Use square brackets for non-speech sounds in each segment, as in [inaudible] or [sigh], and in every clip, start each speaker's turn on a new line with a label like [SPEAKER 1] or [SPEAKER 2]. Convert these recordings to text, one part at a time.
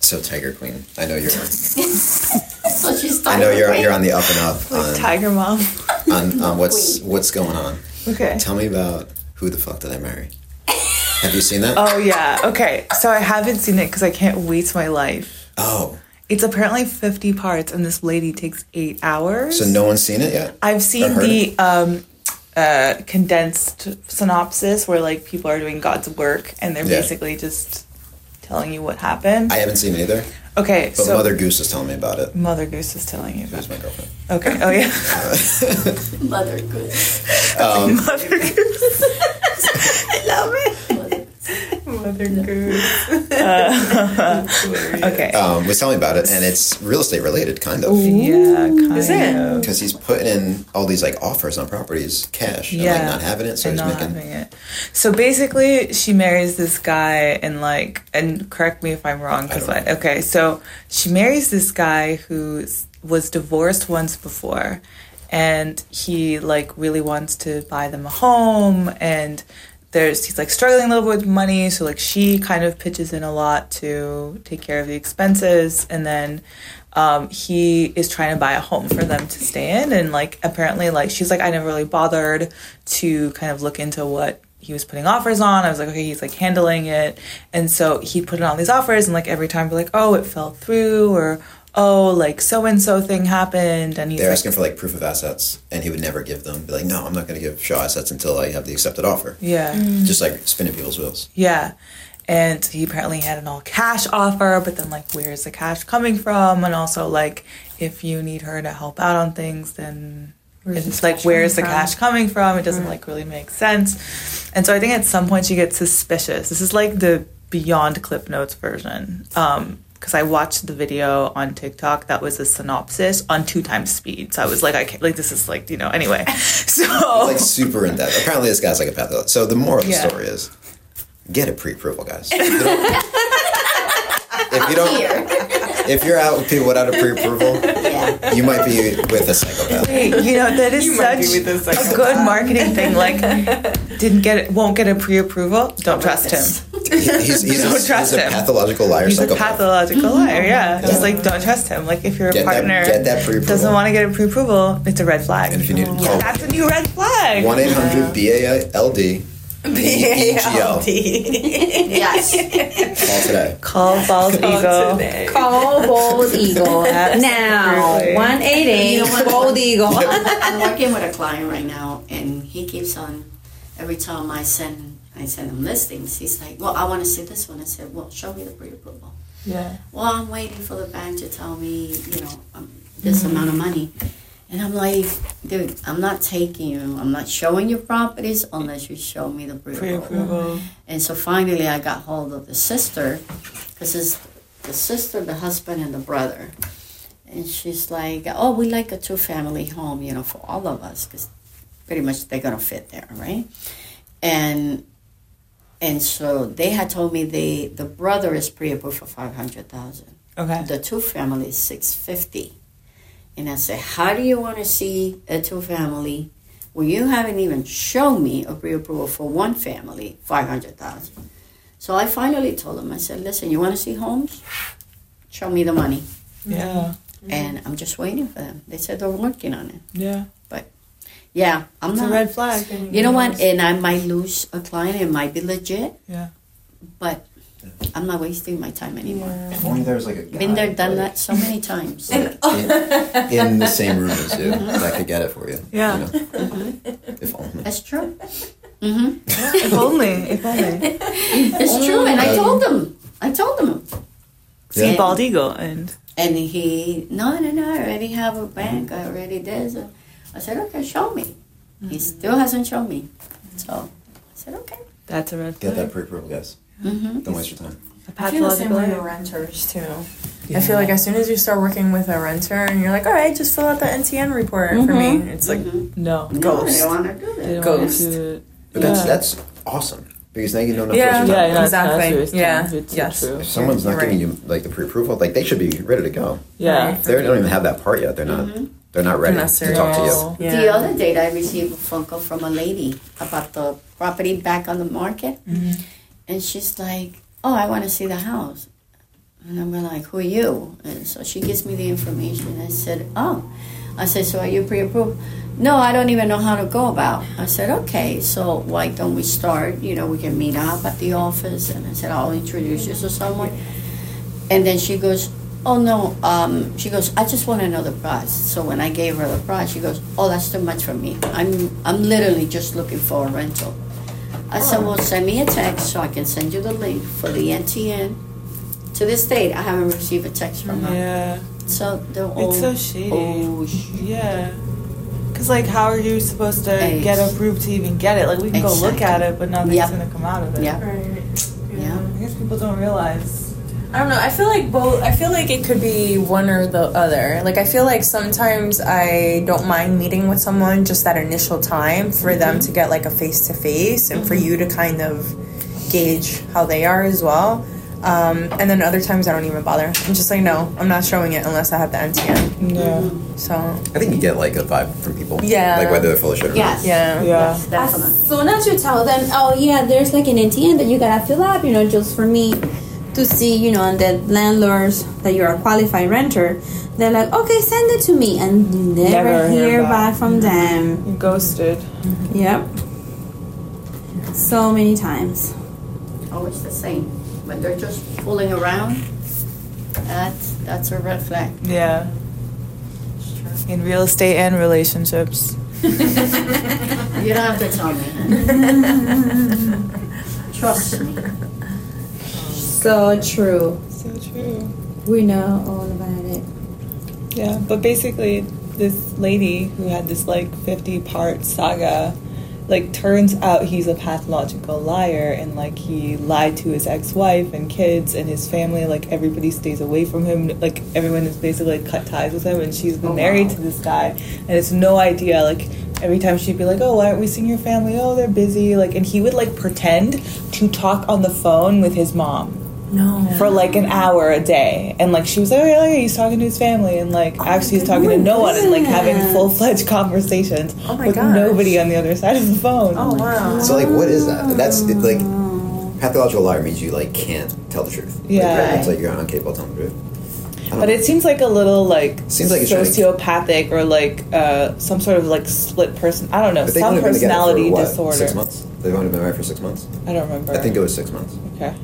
[SPEAKER 1] So Tiger Queen. I
[SPEAKER 2] [laughs]
[SPEAKER 1] know you're.
[SPEAKER 3] So she's
[SPEAKER 1] I
[SPEAKER 3] talking.
[SPEAKER 1] know you're. You're on the up and up
[SPEAKER 2] Like
[SPEAKER 1] on,
[SPEAKER 2] Tiger Mom. [laughs]
[SPEAKER 1] on, on what's what's going on.
[SPEAKER 2] Okay.
[SPEAKER 1] Tell me about who the fuck did I marry? Have you seen
[SPEAKER 2] [laughs]
[SPEAKER 1] that?
[SPEAKER 2] Oh yeah. Okay. So I haven't seen it because I can't waste my life.
[SPEAKER 1] Oh,
[SPEAKER 2] It's apparently 50 parts, and this lady takes eight hours.
[SPEAKER 1] so no one's seen it yet.
[SPEAKER 2] I've seen
[SPEAKER 1] heard
[SPEAKER 2] the um, uh, condensed synopsis where like people are doing God's work, and they're
[SPEAKER 1] Yeah.
[SPEAKER 2] basically just telling you what happened.
[SPEAKER 1] I haven't seen it either.
[SPEAKER 2] okay.
[SPEAKER 1] But
[SPEAKER 2] so
[SPEAKER 1] Mother Goose is telling me about it.
[SPEAKER 2] Mother Goose is telling you. About
[SPEAKER 1] Who's my girlfriend?
[SPEAKER 2] okay. Oh
[SPEAKER 1] [laughs]
[SPEAKER 2] yeah.
[SPEAKER 3] Mother good.
[SPEAKER 1] Um,
[SPEAKER 2] Mother Goose. [laughs] I love it. Mother Goose. okay.
[SPEAKER 1] Um, was telling me about it, and it's real estate related, kind of,
[SPEAKER 2] Yeah, kind
[SPEAKER 4] Is it?
[SPEAKER 2] of.
[SPEAKER 1] because he's putting in all these like offers on properties, cash, and
[SPEAKER 2] Yeah.
[SPEAKER 1] like not having it, so
[SPEAKER 2] and
[SPEAKER 1] he's
[SPEAKER 2] not
[SPEAKER 1] making.
[SPEAKER 2] having it. So basically, she marries this guy, and like, and correct me if I'm wrong, because
[SPEAKER 1] I
[SPEAKER 2] I,
[SPEAKER 1] don't know.
[SPEAKER 2] okay, so she marries this guy who s- was divorced once before, and he like really wants to buy them a home, and there's he's like struggling a little bit with money, so like she kind of pitches in a lot to take care of the expenses, and then um, he is trying to buy a home for them to stay in and like apparently like she's like i never really bothered to kind of look into what he was putting offers on i was like okay he's like handling it and so he put in all these offers and like every time we're like oh it fell through or oh like so and so thing happened and he's
[SPEAKER 1] They're
[SPEAKER 2] like
[SPEAKER 1] asking for like proof of assets, and he would never give them. Be like, no, I'm not going to give Shaw assets until I have the accepted offer.
[SPEAKER 2] yeah
[SPEAKER 1] Just like spinning people's wheels.
[SPEAKER 2] Yeah. And he apparently had an all cash offer, but then, like, where's the cash coming from? And also, like, if you need her to help out on things, then
[SPEAKER 4] Where's
[SPEAKER 2] it's
[SPEAKER 4] the
[SPEAKER 2] like,
[SPEAKER 4] cash
[SPEAKER 2] where's the
[SPEAKER 4] coming from?
[SPEAKER 2] cash coming from? It doesn't, like, really make sense. And so I think at some point she gets suspicious. This is like the Beyond Clip Notes version. Um, because I watched the video on TikTok that was a synopsis on two times speed. So I was like, I can't, like, this is like, you know, anyway. [laughs] So,
[SPEAKER 1] Like super in depth. Apparently, this guy's like a path. So the moral of the
[SPEAKER 2] Oh. Yeah.
[SPEAKER 1] story is, get a pre-approval,
[SPEAKER 2] [laughs]
[SPEAKER 1] guys. If you don't, if, you [laughs] don't if you're out with people without a pre-approval,
[SPEAKER 3] Yeah.
[SPEAKER 1] you might be with a psychopath.
[SPEAKER 2] Hey, you know that is
[SPEAKER 4] might be
[SPEAKER 2] such
[SPEAKER 4] with us, like,
[SPEAKER 2] a good marketing thing. Like, didn't get it, won't get a pre-approval. Don't trust him.
[SPEAKER 1] He- He's, he's,
[SPEAKER 2] [laughs] Don't
[SPEAKER 1] a, he's
[SPEAKER 2] trust
[SPEAKER 1] a
[SPEAKER 2] him.
[SPEAKER 1] pathological liar
[SPEAKER 2] He's a
[SPEAKER 1] psychopath.
[SPEAKER 2] pathological liar. Yeah, just like don't trust him. Like if your
[SPEAKER 1] Get that-
[SPEAKER 2] partner
[SPEAKER 1] get that pre-approval.
[SPEAKER 2] doesn't want to get a pre-approval, it's a red flag.
[SPEAKER 1] and if you need to call
[SPEAKER 2] That's a new red flag.
[SPEAKER 1] 1 800 B A L D, EGL,
[SPEAKER 3] Yes.
[SPEAKER 1] call today.
[SPEAKER 2] Call bald eagle.
[SPEAKER 4] Call Bold Eagle now.
[SPEAKER 2] Absolutely.
[SPEAKER 4] 188 Bold Eagle.
[SPEAKER 3] I'm working with a client right now, and he keeps on. Every time I send, I send him listings. He's like, "Well, I want to see this one." I said, "Well, show me the pre-approval."
[SPEAKER 2] Yeah.
[SPEAKER 3] well, I'm waiting for the bank to tell me, you know, um, this amount of money. And I'm like, dude, I'm not taking you. I'm not showing you properties unless you show me the pre-approval. And so finally, I got hold of the sister, because it's the sister, the husband, and the brother. And she's like, oh, we like a two-family home, you know, for all of us, because pretty much they're gonna fit there, right? And and so they had told me they the brother is pre-approved for five hundred thousand.
[SPEAKER 2] Okay.
[SPEAKER 3] The two family is six fifty. And I said, How do you wanna see a two family when you haven't even shown me a pre-approval for one family, five hundred thousand? So I finally told him, I said, Listen, you wanna see homes? Show me the money.
[SPEAKER 2] Yeah.
[SPEAKER 3] And I'm just waiting for them. They said they're working on it.
[SPEAKER 2] Yeah.
[SPEAKER 3] Yeah, I'm
[SPEAKER 2] It's a
[SPEAKER 3] not
[SPEAKER 2] red flag.
[SPEAKER 3] you know what? And I might lose a client, it might be legit.
[SPEAKER 2] Yeah.
[SPEAKER 3] but I'm not wasting my time anymore.
[SPEAKER 1] If only there was like a guy
[SPEAKER 3] Been there, done that so many times.
[SPEAKER 1] in, in the same room as you that could get it for you.
[SPEAKER 2] Yeah.
[SPEAKER 1] You know? If only.
[SPEAKER 3] [laughs] That's true. hmm
[SPEAKER 2] If only. If only.
[SPEAKER 3] It's true, and I told him. I told him.
[SPEAKER 2] See
[SPEAKER 3] Yeah.
[SPEAKER 2] bald eagle and
[SPEAKER 3] And he, no, no, no, I already have a bank, I already this. I said, okay, show me. He still hasn't shown me. So I said, "Oh." okay.
[SPEAKER 2] that's a red
[SPEAKER 1] Get
[SPEAKER 2] flag.
[SPEAKER 1] that pre-approval, guys.
[SPEAKER 3] hmm
[SPEAKER 1] Don't waste your time.
[SPEAKER 2] A
[SPEAKER 4] I feel the same
[SPEAKER 2] pathological
[SPEAKER 4] way
[SPEAKER 2] liar.
[SPEAKER 4] with renters too. I feel like as soon as you start working with a renter and you're like, all right, just fill out the NTN report for me,
[SPEAKER 3] Mm-hmm.
[SPEAKER 4] it's like,
[SPEAKER 2] No.
[SPEAKER 3] No, they
[SPEAKER 4] Ghost.
[SPEAKER 3] don't want to do
[SPEAKER 2] They
[SPEAKER 3] that.
[SPEAKER 2] don't
[SPEAKER 4] Ghost.
[SPEAKER 2] want to-
[SPEAKER 1] But that's
[SPEAKER 2] Yeah.
[SPEAKER 1] that's awesome because now you don't know.
[SPEAKER 4] Yeah.
[SPEAKER 1] if
[SPEAKER 2] Yeah,
[SPEAKER 1] there's-
[SPEAKER 2] you know,
[SPEAKER 4] Exactly.
[SPEAKER 2] It's
[SPEAKER 4] Yeah.
[SPEAKER 2] not serious It's so
[SPEAKER 4] Yes.
[SPEAKER 2] true.
[SPEAKER 1] If someone's not
[SPEAKER 4] You're
[SPEAKER 1] giving you like the pre-approval, like they should be ready to go.
[SPEAKER 2] Yeah.
[SPEAKER 4] Right.
[SPEAKER 1] They don't even have that part yet. They're not.
[SPEAKER 2] Mm-hmm.
[SPEAKER 1] They're not ready
[SPEAKER 4] not
[SPEAKER 1] to talk to you.
[SPEAKER 4] serious. Yeah.
[SPEAKER 3] The other day, I received a phone call from a lady about the Mm-hmm. property back on the market, and she's like, "Oh, I want to see the house." And then we're like, who are you? And so she gives me the information. I said, oh. I said, so are you pre-approved? No, I don't even know how to go about. I said, okay, so why don't we start? You know, we can meet up at the office. And I said, I'll introduce you to someone. And then she goes, oh no, um, she goes, I just want to know the price. So when I gave her the price, she goes, oh, that's too much for me. I'm, I'm literally just looking for a rental. I said, well, send me a text so I can send you the link for the NTN. To this date, I haven't received a text from her.
[SPEAKER 2] Yeah.
[SPEAKER 3] So they're all.
[SPEAKER 2] It's so shady.
[SPEAKER 3] Oh, sh-
[SPEAKER 2] Yeah. Cause like, how are you supposed to
[SPEAKER 3] Ex-
[SPEAKER 2] get approved to even get it? Like, we can go look at
[SPEAKER 3] Exactly.
[SPEAKER 2] it, but nothing's
[SPEAKER 3] Yep.
[SPEAKER 2] gonna come out of it.
[SPEAKER 3] Yeah.
[SPEAKER 5] Right.
[SPEAKER 3] Yeah.
[SPEAKER 2] I guess people don't realize.
[SPEAKER 5] I don't know. I feel like both. I feel like it could be one or the other. Like I feel like sometimes I don't mind meeting with someone just that initial time for them to get like a face to face and for you to kind of gauge how they are as well. Um, and then other times I don't even bother. I'm just like, no, I'm not showing it unless I have the NTN.
[SPEAKER 2] Yeah.
[SPEAKER 5] So
[SPEAKER 1] I think you get like a vibe from people.
[SPEAKER 5] Yeah.
[SPEAKER 1] Like whether they're full of shit or not.
[SPEAKER 3] Yes.
[SPEAKER 5] yeah,
[SPEAKER 2] Yeah.
[SPEAKER 3] Yes, definitely.
[SPEAKER 6] As soon as you tell them, oh yeah, there's like an ATM that you gotta fill up, you know, just for me to see, you know, and the landlords that you're a qualified renter, they're like, okay, send it to me, and you never,
[SPEAKER 2] Never hear
[SPEAKER 6] hear,
[SPEAKER 2] back.
[SPEAKER 6] back Mm-hmm. from them.
[SPEAKER 2] You ghosted.
[SPEAKER 6] Yep. So many times.
[SPEAKER 3] Always the same. When they're just fooling around, that's that's a red flag.
[SPEAKER 2] Yeah. In real estate and relationships.
[SPEAKER 3] You don't have to tell [laughs] me. Trust me.
[SPEAKER 6] So true.
[SPEAKER 2] So true.
[SPEAKER 6] We know all about it.
[SPEAKER 2] Yeah, but basically, this lady who had this like 50 part saga, like, turns out he's a pathological liar and like he lied to his ex wife and kids and his family. Like, everybody stays away from him. Like, everyone is basically like, cut ties with him, and she's been married to this guy, and it's no idea. Like, every time she'd be like, Oh, why aren't we seeing your family? Oh, they're busy. Like, and he would like pretend to talk on the phone with his mom
[SPEAKER 5] no.
[SPEAKER 2] for like an hour a day, and like she was like, oh, yeah, yeah, he's talking to his family, and like
[SPEAKER 5] Oh
[SPEAKER 2] actually he's talking to no one, and like having full fledged conversations
[SPEAKER 5] Oh my
[SPEAKER 2] with
[SPEAKER 5] gosh.
[SPEAKER 2] nobody on the other side of the phone.
[SPEAKER 5] Oh wow.
[SPEAKER 1] So like, what is that? That's it, like pathological liar means you like can't tell the truth. Like,
[SPEAKER 2] Yeah.
[SPEAKER 1] it's like you're incapable of telling the truth. I don't
[SPEAKER 2] But
[SPEAKER 1] know.
[SPEAKER 2] it seems like a little like
[SPEAKER 1] Seems like it's trying to-
[SPEAKER 2] sociopathic or like uh, some sort of like split person. I don't know,
[SPEAKER 1] But they've
[SPEAKER 2] some
[SPEAKER 1] only been together for,
[SPEAKER 2] personality
[SPEAKER 1] what,
[SPEAKER 2] disorder.
[SPEAKER 1] Six months. They've only been married for six months.
[SPEAKER 2] I don't remember.
[SPEAKER 1] I think it was six months.
[SPEAKER 2] okay.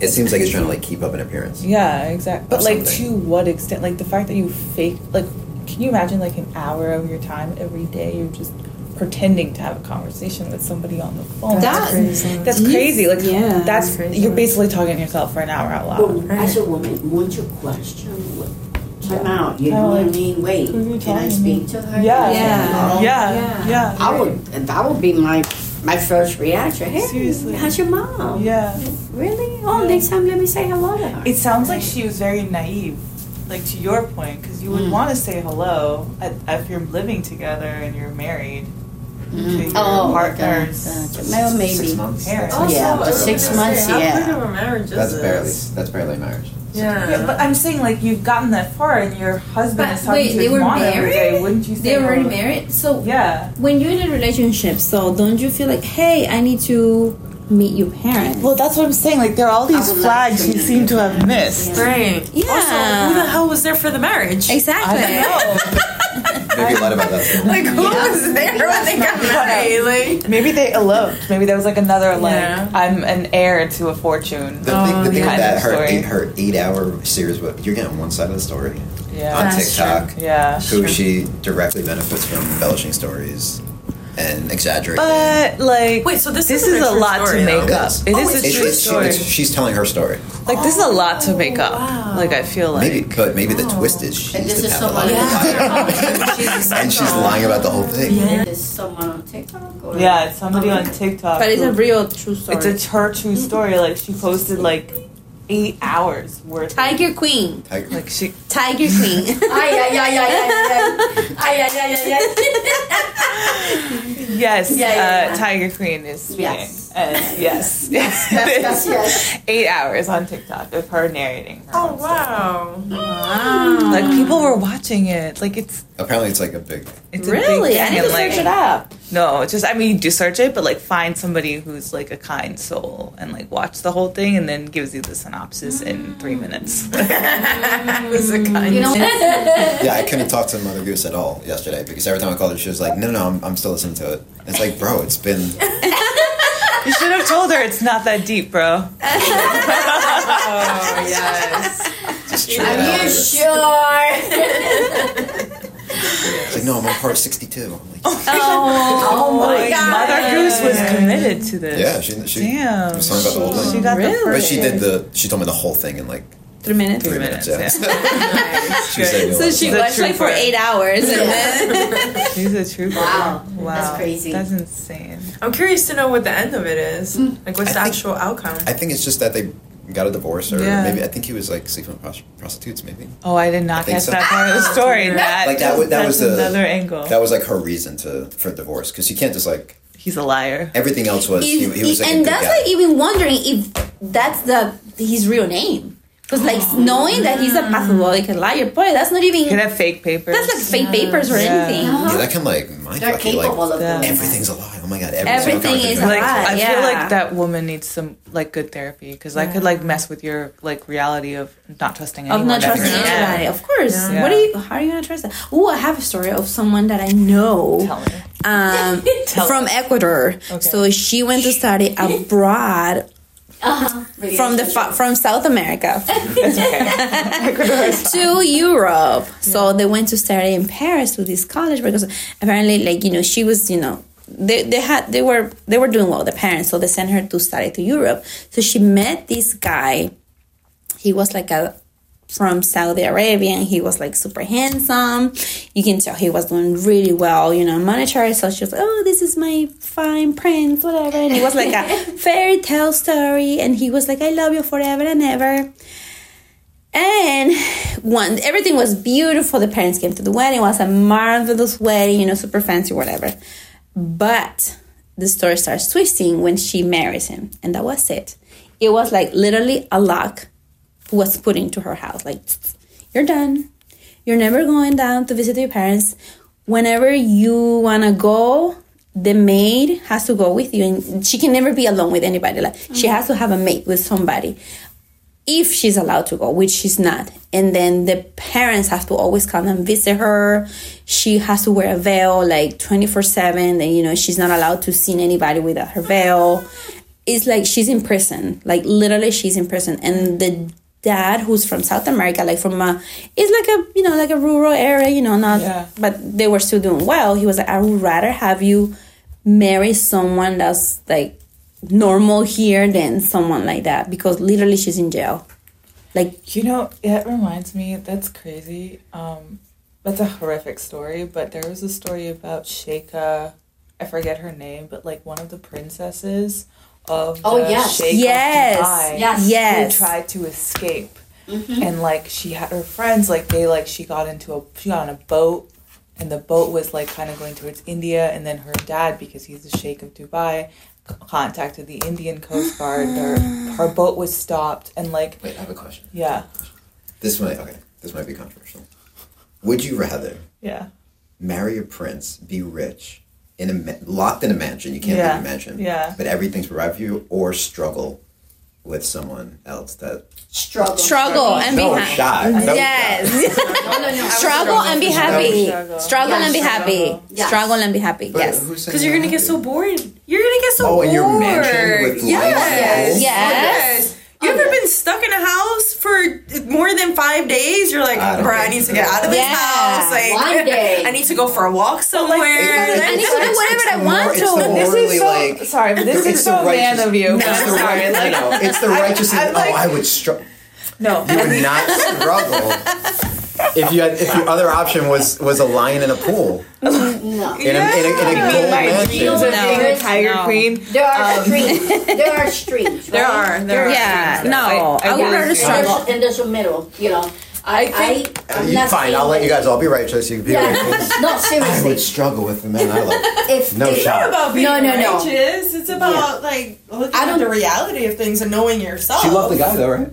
[SPEAKER 1] It seems like it's trying to like keep up an appearance.
[SPEAKER 2] Yeah, exactly. But
[SPEAKER 1] Or
[SPEAKER 2] like,
[SPEAKER 1] something.
[SPEAKER 2] to what extent? Like the fact that you fake, like, can you imagine like an hour of your time every day you're just pretending to have a conversation with somebody on the phone?
[SPEAKER 6] That's
[SPEAKER 5] crazy.
[SPEAKER 2] That's
[SPEAKER 6] Yes,
[SPEAKER 2] crazy. Like,
[SPEAKER 6] yeah.
[SPEAKER 2] that's
[SPEAKER 5] That's crazy.
[SPEAKER 2] you're basically talking to yourself for an hour out loud.
[SPEAKER 3] But as a woman, wouldn't you question? what- Oh. Time out. You know what I
[SPEAKER 2] Like,
[SPEAKER 3] mean? Wait,
[SPEAKER 2] who are you
[SPEAKER 3] can I
[SPEAKER 2] talking to?
[SPEAKER 3] speak to her?
[SPEAKER 2] Yeah.
[SPEAKER 6] Yeah.
[SPEAKER 3] Oh,
[SPEAKER 2] yeah, yeah,
[SPEAKER 3] I would. and That would be my my first reaction. Hey,
[SPEAKER 2] Seriously.
[SPEAKER 3] how's your mom?
[SPEAKER 2] yeah.
[SPEAKER 3] Really? Oh, next time let me say hello to her.
[SPEAKER 2] It sounds like she was very naive, like to your point, because you would
[SPEAKER 3] Mm.
[SPEAKER 2] want to say hello at, if you're living together and you're married. to your
[SPEAKER 3] Oh,
[SPEAKER 2] partner's
[SPEAKER 3] gotcha. Well, maybe.
[SPEAKER 1] Six months.
[SPEAKER 2] Parents.
[SPEAKER 1] That's-
[SPEAKER 3] Yeah,
[SPEAKER 5] Also, I was
[SPEAKER 3] six
[SPEAKER 5] gonna
[SPEAKER 3] months,
[SPEAKER 5] say, How
[SPEAKER 3] yeah.
[SPEAKER 5] quick of a marriage is
[SPEAKER 1] That's barely.
[SPEAKER 5] this?
[SPEAKER 1] That's barely marriage.
[SPEAKER 5] Yeah.
[SPEAKER 2] Yeah, but I'm saying like you've gotten that far, and your husband
[SPEAKER 6] But
[SPEAKER 2] is talking
[SPEAKER 6] wait,
[SPEAKER 2] to
[SPEAKER 6] they
[SPEAKER 2] his
[SPEAKER 6] were
[SPEAKER 2] mom every day.
[SPEAKER 6] married?
[SPEAKER 2] Wouldn't you say
[SPEAKER 6] They're already
[SPEAKER 2] hello?
[SPEAKER 6] married, so
[SPEAKER 2] Yeah.
[SPEAKER 6] when you're in a relationship, so don't you feel like, hey, I need to meet your parents?
[SPEAKER 2] Well, that's what I'm saying. Like there are all
[SPEAKER 3] these I would like flags to you meet seem your to have
[SPEAKER 2] missed.
[SPEAKER 5] Right.
[SPEAKER 6] Yeah.
[SPEAKER 5] Also, who the hell was there for the marriage?
[SPEAKER 6] Exactly.
[SPEAKER 1] Maybe lied about that.
[SPEAKER 5] Like, who was there when they got married? Like,
[SPEAKER 2] Maybe they eloped. Maybe there was like another like
[SPEAKER 5] Yeah.
[SPEAKER 2] I'm an heir to a fortune.
[SPEAKER 1] [laughs] The thing, the thing
[SPEAKER 2] Oh, yeah.
[SPEAKER 1] with that her
[SPEAKER 2] Story.
[SPEAKER 1] eight, her eight hour series, but you're getting one side of the story
[SPEAKER 2] yeah.
[SPEAKER 1] on
[SPEAKER 5] That's true.
[SPEAKER 1] TikTok.
[SPEAKER 2] Yeah.
[SPEAKER 1] Who she directly benefits from embellishing stories and exaggerating.
[SPEAKER 2] But like
[SPEAKER 5] Wait, so this
[SPEAKER 2] this
[SPEAKER 5] isn't
[SPEAKER 2] is
[SPEAKER 5] a
[SPEAKER 2] a
[SPEAKER 5] true
[SPEAKER 2] lot
[SPEAKER 5] story,
[SPEAKER 2] to
[SPEAKER 5] though.
[SPEAKER 2] make up.
[SPEAKER 1] Yes.
[SPEAKER 2] It is a
[SPEAKER 1] Oh, It's-
[SPEAKER 2] true
[SPEAKER 1] it's-
[SPEAKER 2] story.
[SPEAKER 1] it's- she's telling her story.
[SPEAKER 2] like this is a lot to make up. Like I feel like oh.
[SPEAKER 1] Maybe, but maybe the twist is
[SPEAKER 3] And
[SPEAKER 1] she's
[SPEAKER 3] this
[SPEAKER 1] the
[SPEAKER 3] is someone.
[SPEAKER 1] pathological liar, [laughs]
[SPEAKER 2] [laughs]
[SPEAKER 1] and she's lying about the whole thing.
[SPEAKER 3] This is someone on TikTok. Or
[SPEAKER 2] yeah, it's somebody on TikTok.
[SPEAKER 6] But it's
[SPEAKER 2] who-
[SPEAKER 6] a real true story.
[SPEAKER 2] It's a her true story. Like she posted like eight hours worth. of-
[SPEAKER 6] Tiger Queen.
[SPEAKER 1] Tiger-
[SPEAKER 2] Like she,
[SPEAKER 6] Tiger [laughs] Queen.
[SPEAKER 3] Ay, ay, ay, ay, ay, ay, ay, ay, ay, ay, ay.
[SPEAKER 2] yes,
[SPEAKER 3] Yeah, yeah,
[SPEAKER 2] uh,
[SPEAKER 3] yeah.
[SPEAKER 2] Tiger Queen is speaking.
[SPEAKER 3] Yes.
[SPEAKER 2] And yes, yes, [laughs]
[SPEAKER 3] That's yes.
[SPEAKER 2] eight hours on TikTok of her narrating. Her
[SPEAKER 4] Oh
[SPEAKER 2] own story.
[SPEAKER 4] wow!
[SPEAKER 3] Ah.
[SPEAKER 2] Like
[SPEAKER 3] Um,
[SPEAKER 2] people were watching it. Like it's
[SPEAKER 1] Apparently, it's like a big. thing.
[SPEAKER 2] it's a big
[SPEAKER 6] Really?
[SPEAKER 2] thing.
[SPEAKER 6] I need to
[SPEAKER 2] and, like,
[SPEAKER 6] search it up.
[SPEAKER 2] No, it's just I mean, you do search it, but like find somebody who's like a kind soul and like watch the whole thing and then gives you the synopsis in three minutes. [laughs]
[SPEAKER 4] Was a kind.
[SPEAKER 3] You know,
[SPEAKER 1] Yeah, I couldn't talk to Mother Goose at all yesterday because every time I called her, she was like, "No, no, I'm, I'm still listening to it." It's like, bro, it's been.
[SPEAKER 2] you should have told her it's not that deep, bro.
[SPEAKER 4] Oh yes.
[SPEAKER 1] Just chill it out.
[SPEAKER 3] are you sure?
[SPEAKER 1] It's like, no, I'm on part 62. I'm like,
[SPEAKER 6] Oh,
[SPEAKER 2] Like, Mother Goose was committed to this.
[SPEAKER 1] yeah, she she
[SPEAKER 2] Damn.
[SPEAKER 1] was talking about the whole
[SPEAKER 2] She
[SPEAKER 1] thing,
[SPEAKER 2] got the
[SPEAKER 6] Really?
[SPEAKER 1] but she did the. She told me the whole thing in like
[SPEAKER 6] three minutes.
[SPEAKER 1] three,
[SPEAKER 2] Three minutes,
[SPEAKER 1] minutes. Yeah. [laughs] she
[SPEAKER 2] Good.
[SPEAKER 1] said,
[SPEAKER 6] So she
[SPEAKER 2] The
[SPEAKER 6] watched like for
[SPEAKER 2] trooper.
[SPEAKER 6] eight hours and then
[SPEAKER 2] She's a trooper.
[SPEAKER 3] Wow.
[SPEAKER 2] Wow.
[SPEAKER 3] That's crazy.
[SPEAKER 2] That's insane.
[SPEAKER 4] I'm curious to know what the end of it is. Like, what's the
[SPEAKER 1] I think-
[SPEAKER 4] actual outcome?
[SPEAKER 1] I think it's just that they got a divorce, or
[SPEAKER 2] Yeah.
[SPEAKER 1] maybe I think he was like sleeping with pros- prostitutes. Maybe
[SPEAKER 2] Oh, I did not
[SPEAKER 1] think
[SPEAKER 2] catch
[SPEAKER 1] so.
[SPEAKER 2] that part of the story. That,
[SPEAKER 1] Like, that was- that
[SPEAKER 2] that's
[SPEAKER 1] was the-
[SPEAKER 2] another angle.
[SPEAKER 1] that was like her reason to for divorce because you can't just like
[SPEAKER 2] He's a liar.
[SPEAKER 1] everything else was. he, he was like a
[SPEAKER 6] and
[SPEAKER 1] good
[SPEAKER 6] that's
[SPEAKER 1] guy.
[SPEAKER 6] like even wondering if that's the his real name. Because [gasps] like knowing that he's a pathological liar, boy, that's not
[SPEAKER 2] Could
[SPEAKER 6] even
[SPEAKER 2] have fake papers.
[SPEAKER 6] that's like fake papers or
[SPEAKER 2] Yeah.
[SPEAKER 6] anything.
[SPEAKER 1] yeah, that can like mind
[SPEAKER 3] They're
[SPEAKER 1] fuck you.
[SPEAKER 3] capable
[SPEAKER 1] Like
[SPEAKER 3] of doing
[SPEAKER 1] everything's a lie. Oh my god, every
[SPEAKER 6] Everything
[SPEAKER 1] single
[SPEAKER 6] is
[SPEAKER 1] contradiction.
[SPEAKER 6] a
[SPEAKER 2] like
[SPEAKER 6] Right,
[SPEAKER 2] I
[SPEAKER 6] yeah.
[SPEAKER 2] feel like that woman needs some like good therapy because I could like mess with your like reality of not trusting anyone.
[SPEAKER 6] Of not
[SPEAKER 2] ever.
[SPEAKER 6] trusting
[SPEAKER 2] Yeah.
[SPEAKER 6] anybody, of course.
[SPEAKER 2] Yeah.
[SPEAKER 6] What are you? How are you gonna trust that? Oh, I have a story of someone that I know.
[SPEAKER 2] Tell me. [laughs]
[SPEAKER 6] um, from Ecuador. So she went to study abroad
[SPEAKER 2] Uh-huh.
[SPEAKER 6] from the fa- from South
[SPEAKER 2] [laughs]
[SPEAKER 6] America [laughs] to Europe. So they went to study in Paris with this college because apparently, like you know, she was you know they, they had they were they were doing well the parents so they sent her to study to Europe. So she met this guy. He was like a from Saudi Arabia and he was like super handsome. You can tell he was doing really well, you know, monetary. So she was like, Oh, this is my fine prince, whatever. And it was like a fairy tale story. And he was like, I love you forever and ever. And one, everything was beautiful. The parents came to the wedding. It was a marvelous wedding, you know, super fancy, whatever. But the story starts twisting when she marries him. And that was it. It was like literally a lock was put into her house. Like, you're done. You're never going down to visit your parents. Whenever you wanna go, the maid has to go with you, and she can never be alone with anybody. Like, she has to have a mate with somebody if she's allowed to go, which she's not. And then the parents have to always come and visit her. She has to wear a veil like 24 7. And, you know, she's not allowed to see anybody without her veil. It's like she's in prison. Like, literally, she's in prison. And the dad, who's from South America, like from a, it's like a, you know, like a rural area, you know, not,
[SPEAKER 2] Yeah.
[SPEAKER 6] but they were still doing well. He was like, I would rather have you marry someone that's like normal here than someone like that because literally she's in jail. Like
[SPEAKER 2] You know, that reminds me, that's crazy. Um, that's a horrific story, but there was a story about Sheikah, I forget her name, but like one of the princesses of
[SPEAKER 3] Oh,
[SPEAKER 2] the
[SPEAKER 3] yes.
[SPEAKER 2] Sheikh
[SPEAKER 6] Yes.
[SPEAKER 2] of Dubai
[SPEAKER 3] Yes. Mm-hmm.
[SPEAKER 6] yes,
[SPEAKER 2] who tried to escape. And like she had her friends, like they like she got into a she got on a boat and the boat was like kind of going towards India and then her dad because he's the sheikh of Dubai c- contacted the Indian coast guard her, her boat was stopped and like
[SPEAKER 1] Wait, I have a question.
[SPEAKER 2] yeah
[SPEAKER 1] This might okay. This might be controversial. Would you rather
[SPEAKER 2] yeah
[SPEAKER 1] marry a prince, be rich, in a ma- locked in a mansion? You can't
[SPEAKER 2] Yeah.
[SPEAKER 1] leave a mansion.
[SPEAKER 2] Yeah.
[SPEAKER 1] But everything's provided for you, or struggle with someone else that
[SPEAKER 3] Struggle.
[SPEAKER 6] struggle and be
[SPEAKER 1] no
[SPEAKER 6] happy.
[SPEAKER 1] shot. No shot.
[SPEAKER 6] Yes,
[SPEAKER 3] No, no, no.
[SPEAKER 6] struggle and be happy.
[SPEAKER 2] Struggle.
[SPEAKER 6] Struggle and be happy.
[SPEAKER 3] Yes.
[SPEAKER 6] Struggle and be happy.
[SPEAKER 1] But
[SPEAKER 6] Yes.
[SPEAKER 1] who's saying
[SPEAKER 4] Because you're
[SPEAKER 1] that
[SPEAKER 4] gonna get so
[SPEAKER 1] happened?
[SPEAKER 4] bored. You're gonna get so
[SPEAKER 1] Oh,
[SPEAKER 4] bored.
[SPEAKER 1] and you're mansioned with
[SPEAKER 4] yes.
[SPEAKER 1] lights.
[SPEAKER 6] Yes.
[SPEAKER 4] You ever been stuck in a house for more than five days? You're like,
[SPEAKER 1] I don't
[SPEAKER 4] bro, I
[SPEAKER 1] think
[SPEAKER 4] need to
[SPEAKER 1] so.
[SPEAKER 4] get out of
[SPEAKER 6] Yeah.
[SPEAKER 4] this house. Like,
[SPEAKER 3] One day.
[SPEAKER 4] [laughs] I need to go for a walk somewhere.
[SPEAKER 6] I need to do whatever I
[SPEAKER 1] It's
[SPEAKER 6] want
[SPEAKER 1] more- it's
[SPEAKER 6] to.
[SPEAKER 1] more- Morally,
[SPEAKER 2] [laughs]
[SPEAKER 1] like-
[SPEAKER 2] sorry but this
[SPEAKER 1] It's
[SPEAKER 2] is so
[SPEAKER 1] the righteous-
[SPEAKER 2] man of you
[SPEAKER 1] It's the right, you know, it's the righteous.
[SPEAKER 2] I'm
[SPEAKER 1] and-
[SPEAKER 2] like-
[SPEAKER 1] oh, I would struggle.
[SPEAKER 2] no
[SPEAKER 1] You would not struggle if you had, if your other option was was a lion in a pool
[SPEAKER 3] No.
[SPEAKER 1] in a, in a, in a
[SPEAKER 2] I mean,
[SPEAKER 1] gold
[SPEAKER 2] my dreams
[SPEAKER 1] mansion.
[SPEAKER 2] of being a
[SPEAKER 3] No.
[SPEAKER 2] tiger
[SPEAKER 6] No.
[SPEAKER 2] queen
[SPEAKER 3] There are streams. Um, [laughs] There are streams.
[SPEAKER 4] There
[SPEAKER 3] right?
[SPEAKER 4] are. There are.
[SPEAKER 6] Yeah, no,
[SPEAKER 2] I- I
[SPEAKER 6] I
[SPEAKER 2] really
[SPEAKER 6] would rather
[SPEAKER 2] do.
[SPEAKER 3] And there's,
[SPEAKER 6] struggle.
[SPEAKER 3] and there's a middle, you know.
[SPEAKER 4] I think
[SPEAKER 3] I,
[SPEAKER 1] Uh,
[SPEAKER 3] I'm
[SPEAKER 1] you-
[SPEAKER 3] not
[SPEAKER 1] fine,
[SPEAKER 3] saying
[SPEAKER 1] I'll let you
[SPEAKER 3] that-
[SPEAKER 1] guys all be right. Tracy. You be
[SPEAKER 3] Yeah.
[SPEAKER 1] right.
[SPEAKER 3] no,
[SPEAKER 1] I would
[SPEAKER 3] seriously.
[SPEAKER 1] struggle with the men I
[SPEAKER 3] [laughs]
[SPEAKER 1] love.
[SPEAKER 3] If
[SPEAKER 1] No
[SPEAKER 3] if-
[SPEAKER 1] shot.
[SPEAKER 5] about
[SPEAKER 3] No, no, no.
[SPEAKER 5] righteous. It's about like looking
[SPEAKER 3] I
[SPEAKER 5] at
[SPEAKER 3] don't-
[SPEAKER 5] the reality of things and knowing yourself.
[SPEAKER 1] She loved the guy though, right?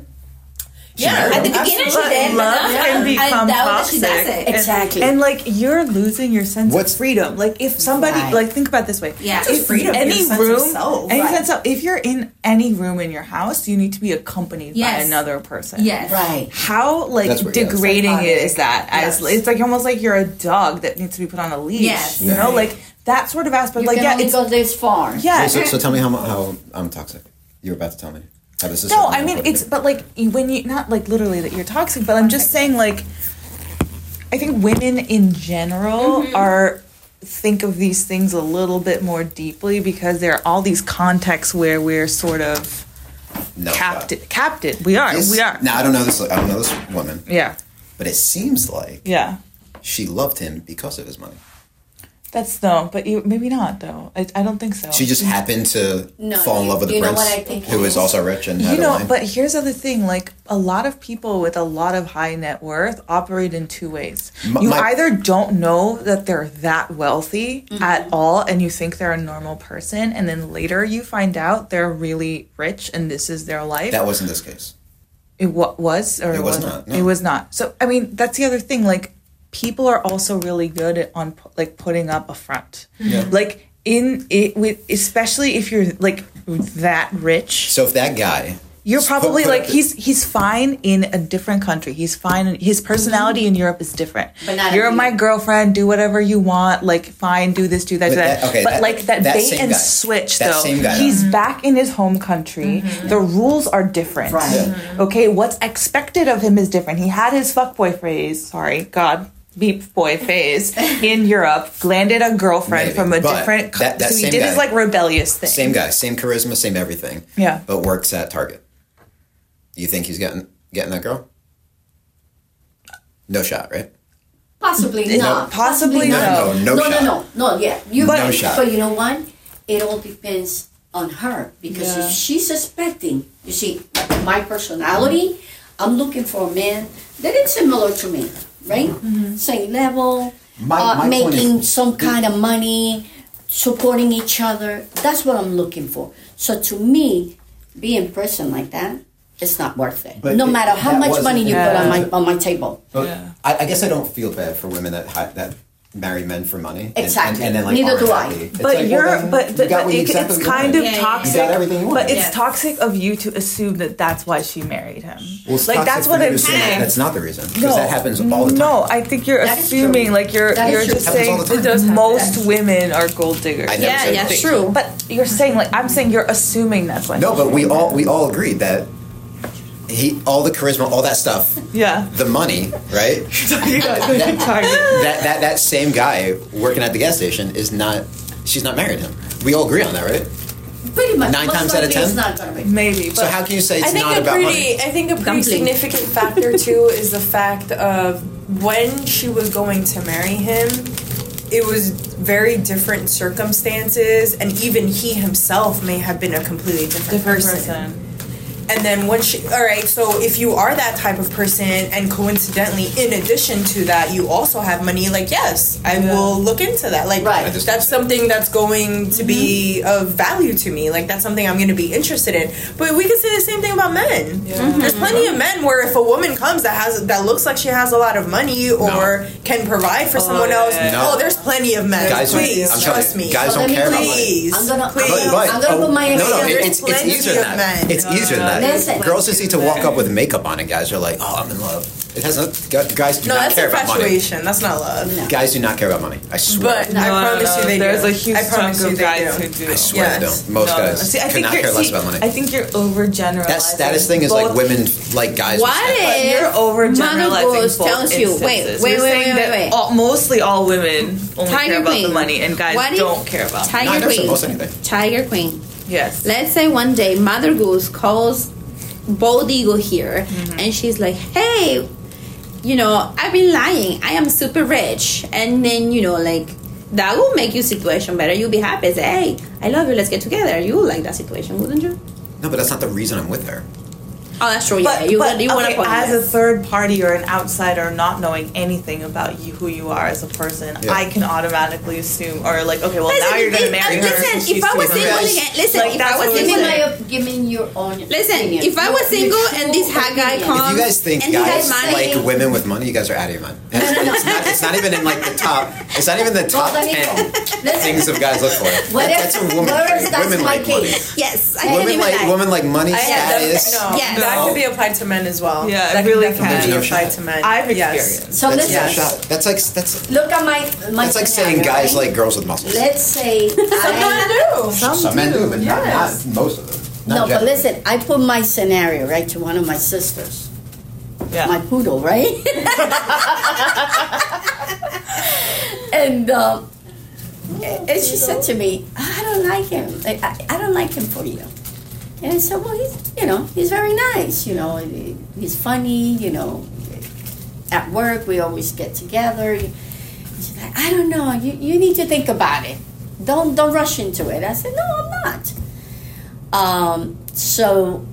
[SPEAKER 1] She
[SPEAKER 5] Yeah,
[SPEAKER 1] married
[SPEAKER 5] at
[SPEAKER 1] him.
[SPEAKER 5] the
[SPEAKER 6] At the beginning she
[SPEAKER 2] But
[SPEAKER 6] did, but
[SPEAKER 2] love
[SPEAKER 6] now
[SPEAKER 2] can become
[SPEAKER 6] I doubt that she does
[SPEAKER 2] toxic.
[SPEAKER 6] it.
[SPEAKER 2] And-
[SPEAKER 3] Exactly.
[SPEAKER 2] And, like you're losing your sense
[SPEAKER 1] What's-
[SPEAKER 2] of freedom. Like if somebody
[SPEAKER 3] Right.
[SPEAKER 2] like think about it this way.
[SPEAKER 6] Yeah. Not
[SPEAKER 5] just freedom, your
[SPEAKER 2] any
[SPEAKER 5] sense of
[SPEAKER 2] room
[SPEAKER 5] self.
[SPEAKER 2] any
[SPEAKER 3] Right.
[SPEAKER 2] sense of if you're in any room in your house, you need to be accompanied by
[SPEAKER 6] Yes.
[SPEAKER 2] another person.
[SPEAKER 6] Yes.
[SPEAKER 3] Right.
[SPEAKER 2] How
[SPEAKER 1] That's
[SPEAKER 2] like
[SPEAKER 1] what- yeah, it's
[SPEAKER 2] degrading it is that as
[SPEAKER 5] Yes.
[SPEAKER 2] it's like almost like you're a dog that needs to be put on a leash.
[SPEAKER 6] Yes.
[SPEAKER 2] You know,
[SPEAKER 1] Right.
[SPEAKER 2] like that sort of aspect.
[SPEAKER 3] you
[SPEAKER 2] like
[SPEAKER 3] can
[SPEAKER 2] yeah,
[SPEAKER 3] only
[SPEAKER 2] it's
[SPEAKER 3] go this far.
[SPEAKER 2] yeah.
[SPEAKER 1] Wait, so, so tell me how, mu- how I'm toxic. You were about to tell me. How this is
[SPEAKER 2] No, I mean it's but like you- when you not like literally that you're toxic, but I'm just saying like I think women in general are think of these things a little bit more deeply because there are all these contexts where we're sort of
[SPEAKER 1] no,
[SPEAKER 2] captive. Captive, we are, we are.
[SPEAKER 1] Now I don't know this. I don't know this woman,
[SPEAKER 2] Yeah,
[SPEAKER 1] but it seems like
[SPEAKER 2] yeah.
[SPEAKER 1] she loved him because of his money.
[SPEAKER 2] That's no, but you maybe not though. I, I don't think so.
[SPEAKER 1] She just happened to
[SPEAKER 3] No,
[SPEAKER 1] fall in
[SPEAKER 3] you-
[SPEAKER 1] love with the
[SPEAKER 3] you know
[SPEAKER 1] prince,
[SPEAKER 3] what I think
[SPEAKER 1] who is
[SPEAKER 3] it is?
[SPEAKER 1] also rich and had
[SPEAKER 2] you
[SPEAKER 1] a
[SPEAKER 2] know
[SPEAKER 1] line.
[SPEAKER 2] but here's the other thing like a lot of people with a lot of high net worth operate in two ways
[SPEAKER 1] M-
[SPEAKER 2] you
[SPEAKER 1] my-
[SPEAKER 2] either don't know that they're that wealthy at all and you think they're a normal person and then later you find out they're really rich and this is their life
[SPEAKER 1] that wasn't this case.
[SPEAKER 2] it wa- was or
[SPEAKER 1] It was
[SPEAKER 2] wasn't?
[SPEAKER 1] not, no.
[SPEAKER 2] It was not. So I mean, that's the other thing. Like people are also really good at on pu- like putting up a front.
[SPEAKER 1] Yeah.
[SPEAKER 2] Like in it with especially if you're like that rich,
[SPEAKER 1] So if that guy,
[SPEAKER 2] you're
[SPEAKER 1] s- put-
[SPEAKER 2] probably
[SPEAKER 1] put
[SPEAKER 2] like
[SPEAKER 1] up the-
[SPEAKER 2] he's he's fine in a different country. He's fine. In, his personality in Europe is different.
[SPEAKER 3] But not in
[SPEAKER 2] you're my
[SPEAKER 3] here.
[SPEAKER 2] girlfriend. Do whatever you want. Like fine. Do this. Do that.
[SPEAKER 1] But
[SPEAKER 2] do that.
[SPEAKER 1] that- okay,
[SPEAKER 2] but
[SPEAKER 1] that-
[SPEAKER 2] like that,
[SPEAKER 1] that
[SPEAKER 2] bait
[SPEAKER 1] same
[SPEAKER 2] and
[SPEAKER 1] guy.
[SPEAKER 2] switch
[SPEAKER 1] That
[SPEAKER 2] though.
[SPEAKER 1] same guy, though.
[SPEAKER 3] Mm-hmm.
[SPEAKER 2] he's back in his home country. The rules are different.
[SPEAKER 3] Right. Mm-hmm. Yeah.
[SPEAKER 2] Okay, what's expected of him is different. He had his fuckboy phase, sorry, God, beep boy
[SPEAKER 3] [laughs]
[SPEAKER 2] phase in Europe, landed a girlfriend
[SPEAKER 1] Maybe,
[SPEAKER 2] from a
[SPEAKER 1] but
[SPEAKER 2] different co-
[SPEAKER 1] that- that
[SPEAKER 2] so he
[SPEAKER 1] same
[SPEAKER 2] did
[SPEAKER 1] guy-
[SPEAKER 2] his like rebellious thing.
[SPEAKER 1] same guy, same charisma, same everything.
[SPEAKER 2] Yeah.
[SPEAKER 1] But works at Target. You think he's getting getting that girl? No shot, right?
[SPEAKER 3] Possibly
[SPEAKER 2] No,
[SPEAKER 3] not.
[SPEAKER 2] possibly
[SPEAKER 1] no. No, no, no
[SPEAKER 3] no,
[SPEAKER 1] shot.
[SPEAKER 3] no, no, Yeah, you.
[SPEAKER 1] No
[SPEAKER 3] but,
[SPEAKER 1] shot.
[SPEAKER 3] But you know what? It all depends on her because if she's suspecting, you see, my personality. I'm looking for a man that is similar to me, right? Same level,
[SPEAKER 1] My- my
[SPEAKER 3] uh,
[SPEAKER 1] point
[SPEAKER 3] making
[SPEAKER 1] is-
[SPEAKER 3] some kind of money, supporting each other. That's what I'm looking for. So to me, being a person like that, it's not worth it.
[SPEAKER 1] But
[SPEAKER 3] no
[SPEAKER 1] it-
[SPEAKER 3] matter how
[SPEAKER 1] that
[SPEAKER 3] much
[SPEAKER 1] wasn't-
[SPEAKER 3] money you put on
[SPEAKER 1] Yeah.
[SPEAKER 3] my on my table.
[SPEAKER 1] But I, I guess I don't feel bad for women that hi- that marry men for money. and- and-
[SPEAKER 3] Exactly.
[SPEAKER 1] And, then like
[SPEAKER 3] Neither
[SPEAKER 1] aren't
[SPEAKER 3] do I.
[SPEAKER 1] happy. It's
[SPEAKER 2] But
[SPEAKER 1] like, well,
[SPEAKER 2] you're,
[SPEAKER 1] then
[SPEAKER 2] but,
[SPEAKER 1] you
[SPEAKER 2] but,
[SPEAKER 1] got
[SPEAKER 2] but
[SPEAKER 1] what you
[SPEAKER 2] it-
[SPEAKER 1] exactly
[SPEAKER 2] it's
[SPEAKER 1] wanted.
[SPEAKER 2] kind of
[SPEAKER 5] Yeah, yeah, yeah.
[SPEAKER 2] toxic.
[SPEAKER 1] You got everything you
[SPEAKER 2] but
[SPEAKER 1] wanted.
[SPEAKER 2] it's
[SPEAKER 5] Yes.
[SPEAKER 2] toxic of you to assume that that's why she married him.
[SPEAKER 1] Well, it's
[SPEAKER 2] like
[SPEAKER 1] toxic
[SPEAKER 2] that's
[SPEAKER 1] for
[SPEAKER 2] what
[SPEAKER 1] you to
[SPEAKER 2] I'm
[SPEAKER 1] assume that
[SPEAKER 2] saying.
[SPEAKER 1] That's not the reason because that happens all the time.
[SPEAKER 2] No, I think you're
[SPEAKER 3] That is true.
[SPEAKER 2] assuming like you're
[SPEAKER 3] That is
[SPEAKER 2] you're
[SPEAKER 3] true.
[SPEAKER 2] just
[SPEAKER 1] Happens all
[SPEAKER 2] saying
[SPEAKER 1] the time. It
[SPEAKER 2] that most women are gold diggers.
[SPEAKER 1] I never Yeah, said yeah, gold digger.
[SPEAKER 6] true.
[SPEAKER 2] But you're saying like I'm saying you're assuming that's why.
[SPEAKER 1] No,
[SPEAKER 2] she
[SPEAKER 1] but we
[SPEAKER 2] married
[SPEAKER 1] all
[SPEAKER 2] him.
[SPEAKER 1] we all agreed that he all the charisma, all that stuff,
[SPEAKER 5] [laughs]
[SPEAKER 2] yeah.
[SPEAKER 1] the money, right?
[SPEAKER 2] You got the target.
[SPEAKER 1] that, that that same guy working at the gas station is not. She's not married to him. We all agree on that, right?
[SPEAKER 3] Pretty much.
[SPEAKER 1] Nine
[SPEAKER 3] most
[SPEAKER 1] times out of
[SPEAKER 3] likely it's
[SPEAKER 1] ten?
[SPEAKER 3] not gonna be.
[SPEAKER 2] Maybe. But
[SPEAKER 1] So how can you say
[SPEAKER 5] I
[SPEAKER 1] it's
[SPEAKER 5] think
[SPEAKER 1] not
[SPEAKER 5] a
[SPEAKER 1] about
[SPEAKER 5] pretty,
[SPEAKER 1] money?
[SPEAKER 5] I think a pretty significant factor too is the fact of when she was going to marry him. It was very different circumstances, and even he himself may have been a completely different,
[SPEAKER 2] different
[SPEAKER 5] person.
[SPEAKER 2] person.
[SPEAKER 5] And then once she, all right, so if you are that type of person, and coincidentally, in addition to that, you also have money, like, yes, I will look into that. Like,
[SPEAKER 3] Right. I
[SPEAKER 1] just-
[SPEAKER 5] that's something that's going to be of value to me. Like, that's something I'm going to be interested in. But we could say the same thing about men. Mm-hmm. There's plenty of men where if a woman comes that has that looks like she has a lot for money or can provide for someone else,
[SPEAKER 1] No.
[SPEAKER 5] oh, there's plenty of men.
[SPEAKER 1] Guys,
[SPEAKER 5] please,
[SPEAKER 1] I'm telling
[SPEAKER 5] trust
[SPEAKER 1] you,
[SPEAKER 5] me.
[SPEAKER 1] guys
[SPEAKER 3] So
[SPEAKER 1] don't
[SPEAKER 3] let me
[SPEAKER 1] care about money.
[SPEAKER 5] please.
[SPEAKER 3] I'm gonna, I'm
[SPEAKER 5] please.
[SPEAKER 3] gonna, I'm gonna put my
[SPEAKER 1] Oh, no, no, it-
[SPEAKER 3] experience-
[SPEAKER 5] there's
[SPEAKER 1] it's, it's
[SPEAKER 5] plenty
[SPEAKER 1] easier than that.
[SPEAKER 5] of men.
[SPEAKER 1] It's easier than that.
[SPEAKER 3] Listen.
[SPEAKER 1] Girls just need to walk up with makeup on, and guys are like, "Oh, I'm in love." It has not. gu- Guys do
[SPEAKER 5] no,
[SPEAKER 1] not
[SPEAKER 5] that's
[SPEAKER 1] care about money.
[SPEAKER 5] infatuation. That's not love.
[SPEAKER 1] Guys do not care about money. I swear.
[SPEAKER 5] But I promise you, they
[SPEAKER 2] there's
[SPEAKER 5] do.
[SPEAKER 2] a huge
[SPEAKER 5] I
[SPEAKER 2] chunk
[SPEAKER 5] promise you
[SPEAKER 2] of
[SPEAKER 5] they
[SPEAKER 2] guys
[SPEAKER 5] do.
[SPEAKER 2] who do.
[SPEAKER 1] I swear they
[SPEAKER 5] Yes.
[SPEAKER 1] don't. Most
[SPEAKER 2] No,
[SPEAKER 1] guys
[SPEAKER 2] See, I
[SPEAKER 1] could
[SPEAKER 2] think
[SPEAKER 1] not
[SPEAKER 2] you're-
[SPEAKER 1] care less
[SPEAKER 2] see,
[SPEAKER 1] about money.
[SPEAKER 2] I think you're overgeneralizing.
[SPEAKER 1] That status thing is like
[SPEAKER 2] both-
[SPEAKER 1] women like guys.
[SPEAKER 6] What
[SPEAKER 1] respect.
[SPEAKER 6] if
[SPEAKER 2] You're overgeneralizing.
[SPEAKER 6] Mother Goose
[SPEAKER 2] both
[SPEAKER 6] tells you, wait,
[SPEAKER 2] instances.
[SPEAKER 6] wait,
[SPEAKER 2] You're
[SPEAKER 6] wait,
[SPEAKER 2] saying
[SPEAKER 6] wait,
[SPEAKER 2] that
[SPEAKER 6] wait, wait.
[SPEAKER 2] all- mostly all women only
[SPEAKER 6] Tiger
[SPEAKER 2] care about the
[SPEAKER 6] Queen.
[SPEAKER 2] money, and guys
[SPEAKER 6] What if
[SPEAKER 2] don't care about. money.
[SPEAKER 1] No, I
[SPEAKER 6] Tiger
[SPEAKER 1] never said most
[SPEAKER 6] Queen.
[SPEAKER 1] anything.
[SPEAKER 6] Tiger Queen.
[SPEAKER 2] yes.
[SPEAKER 6] Let's say one day Mother Goose calls Bald Eagle here
[SPEAKER 2] Mm-hmm.
[SPEAKER 6] and she's like, hey, you know, I've been lying. I am super rich. And then, you know, like, that will make your situation better. You'll be happy. Say, hey, I love you. Let's get together. You will like that situation, wouldn't you?
[SPEAKER 1] No, but that's not the reason I'm with her.
[SPEAKER 6] Oh, that's true. Yeah, you
[SPEAKER 2] but,
[SPEAKER 6] you want
[SPEAKER 2] okay,
[SPEAKER 6] to put
[SPEAKER 2] as a third party or an outsider, not knowing anything about you, who you are as a person,
[SPEAKER 1] Yeah.
[SPEAKER 2] I can automatically assume, or like, okay, well now you're gonna marry her.
[SPEAKER 6] Listen,
[SPEAKER 2] because she's
[SPEAKER 6] if I
[SPEAKER 2] too
[SPEAKER 6] was
[SPEAKER 2] rich.
[SPEAKER 6] single again, listen,
[SPEAKER 2] Like,
[SPEAKER 6] if
[SPEAKER 2] that's
[SPEAKER 6] I was
[SPEAKER 2] what
[SPEAKER 3] Give me
[SPEAKER 6] single,
[SPEAKER 3] my, op- give me your own.
[SPEAKER 6] listen,
[SPEAKER 3] opinion.
[SPEAKER 6] if I was
[SPEAKER 3] Your-
[SPEAKER 6] single
[SPEAKER 3] your
[SPEAKER 6] and this
[SPEAKER 3] true
[SPEAKER 6] hot guy
[SPEAKER 3] opinion.
[SPEAKER 6] comes,
[SPEAKER 1] If you guys think
[SPEAKER 6] and he
[SPEAKER 1] guys
[SPEAKER 6] has money,
[SPEAKER 1] like women with money, you guys are out of your mind. It's, it's not, it's not even in like the top. It's not even the top
[SPEAKER 3] let me
[SPEAKER 1] ten
[SPEAKER 3] go. Listen.
[SPEAKER 1] things of guys look for. That-
[SPEAKER 3] What if-
[SPEAKER 1] that's a woman
[SPEAKER 3] what if
[SPEAKER 1] trait.
[SPEAKER 3] that's
[SPEAKER 1] Women
[SPEAKER 3] my
[SPEAKER 1] like money.
[SPEAKER 3] case?
[SPEAKER 6] yes, I
[SPEAKER 1] Women
[SPEAKER 6] didn't
[SPEAKER 1] like
[SPEAKER 6] even
[SPEAKER 1] women like money status.
[SPEAKER 5] no,
[SPEAKER 6] Yes.
[SPEAKER 5] that
[SPEAKER 6] No.
[SPEAKER 5] could be applied to men as well.
[SPEAKER 2] Yeah, it
[SPEAKER 5] that
[SPEAKER 2] really
[SPEAKER 5] definitely
[SPEAKER 1] can.
[SPEAKER 5] be
[SPEAKER 1] There's no
[SPEAKER 5] applied
[SPEAKER 1] shot.
[SPEAKER 5] to men.
[SPEAKER 2] I've
[SPEAKER 5] Yes.
[SPEAKER 2] experienced.
[SPEAKER 3] So
[SPEAKER 1] That's
[SPEAKER 3] listen,
[SPEAKER 1] no shot. That's like that's
[SPEAKER 3] look at my my.
[SPEAKER 1] that's like saying
[SPEAKER 3] scenario,
[SPEAKER 1] guys
[SPEAKER 3] right?
[SPEAKER 1] like girls with muscles.
[SPEAKER 3] Let's
[SPEAKER 6] [laughs]
[SPEAKER 3] say I,
[SPEAKER 1] Some men do, but not, not most of them. Not
[SPEAKER 3] no, but
[SPEAKER 1] generally.
[SPEAKER 3] listen, I put my scenario right to one of my sisters.
[SPEAKER 2] Yeah.
[SPEAKER 3] My poodle, right? and um, and she said to me, "I don't like him. Like, I, I don't like him for you." And I said, "Well, he's you know he's very nice. You know he- he's funny. You know, at work we always get together." And She's like, "I don't know. You you need to think about it. Don't don't rush into it." I said, "No, I'm not." Um, so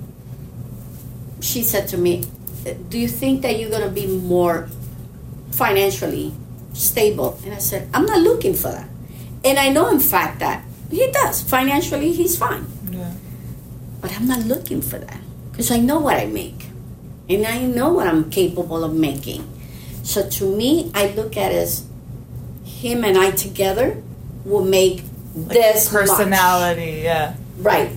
[SPEAKER 3] she said to me, "Do you think that you're gonna be more financially stable?" And I said, "I'm not looking for that." And I know in fact that he does financially, he's fine. But I'm not looking for that because I know what I make, and I know what I'm capable of making. So to me, I look at it as him and I together will make this much.
[SPEAKER 2] personality, yeah.
[SPEAKER 3] Right.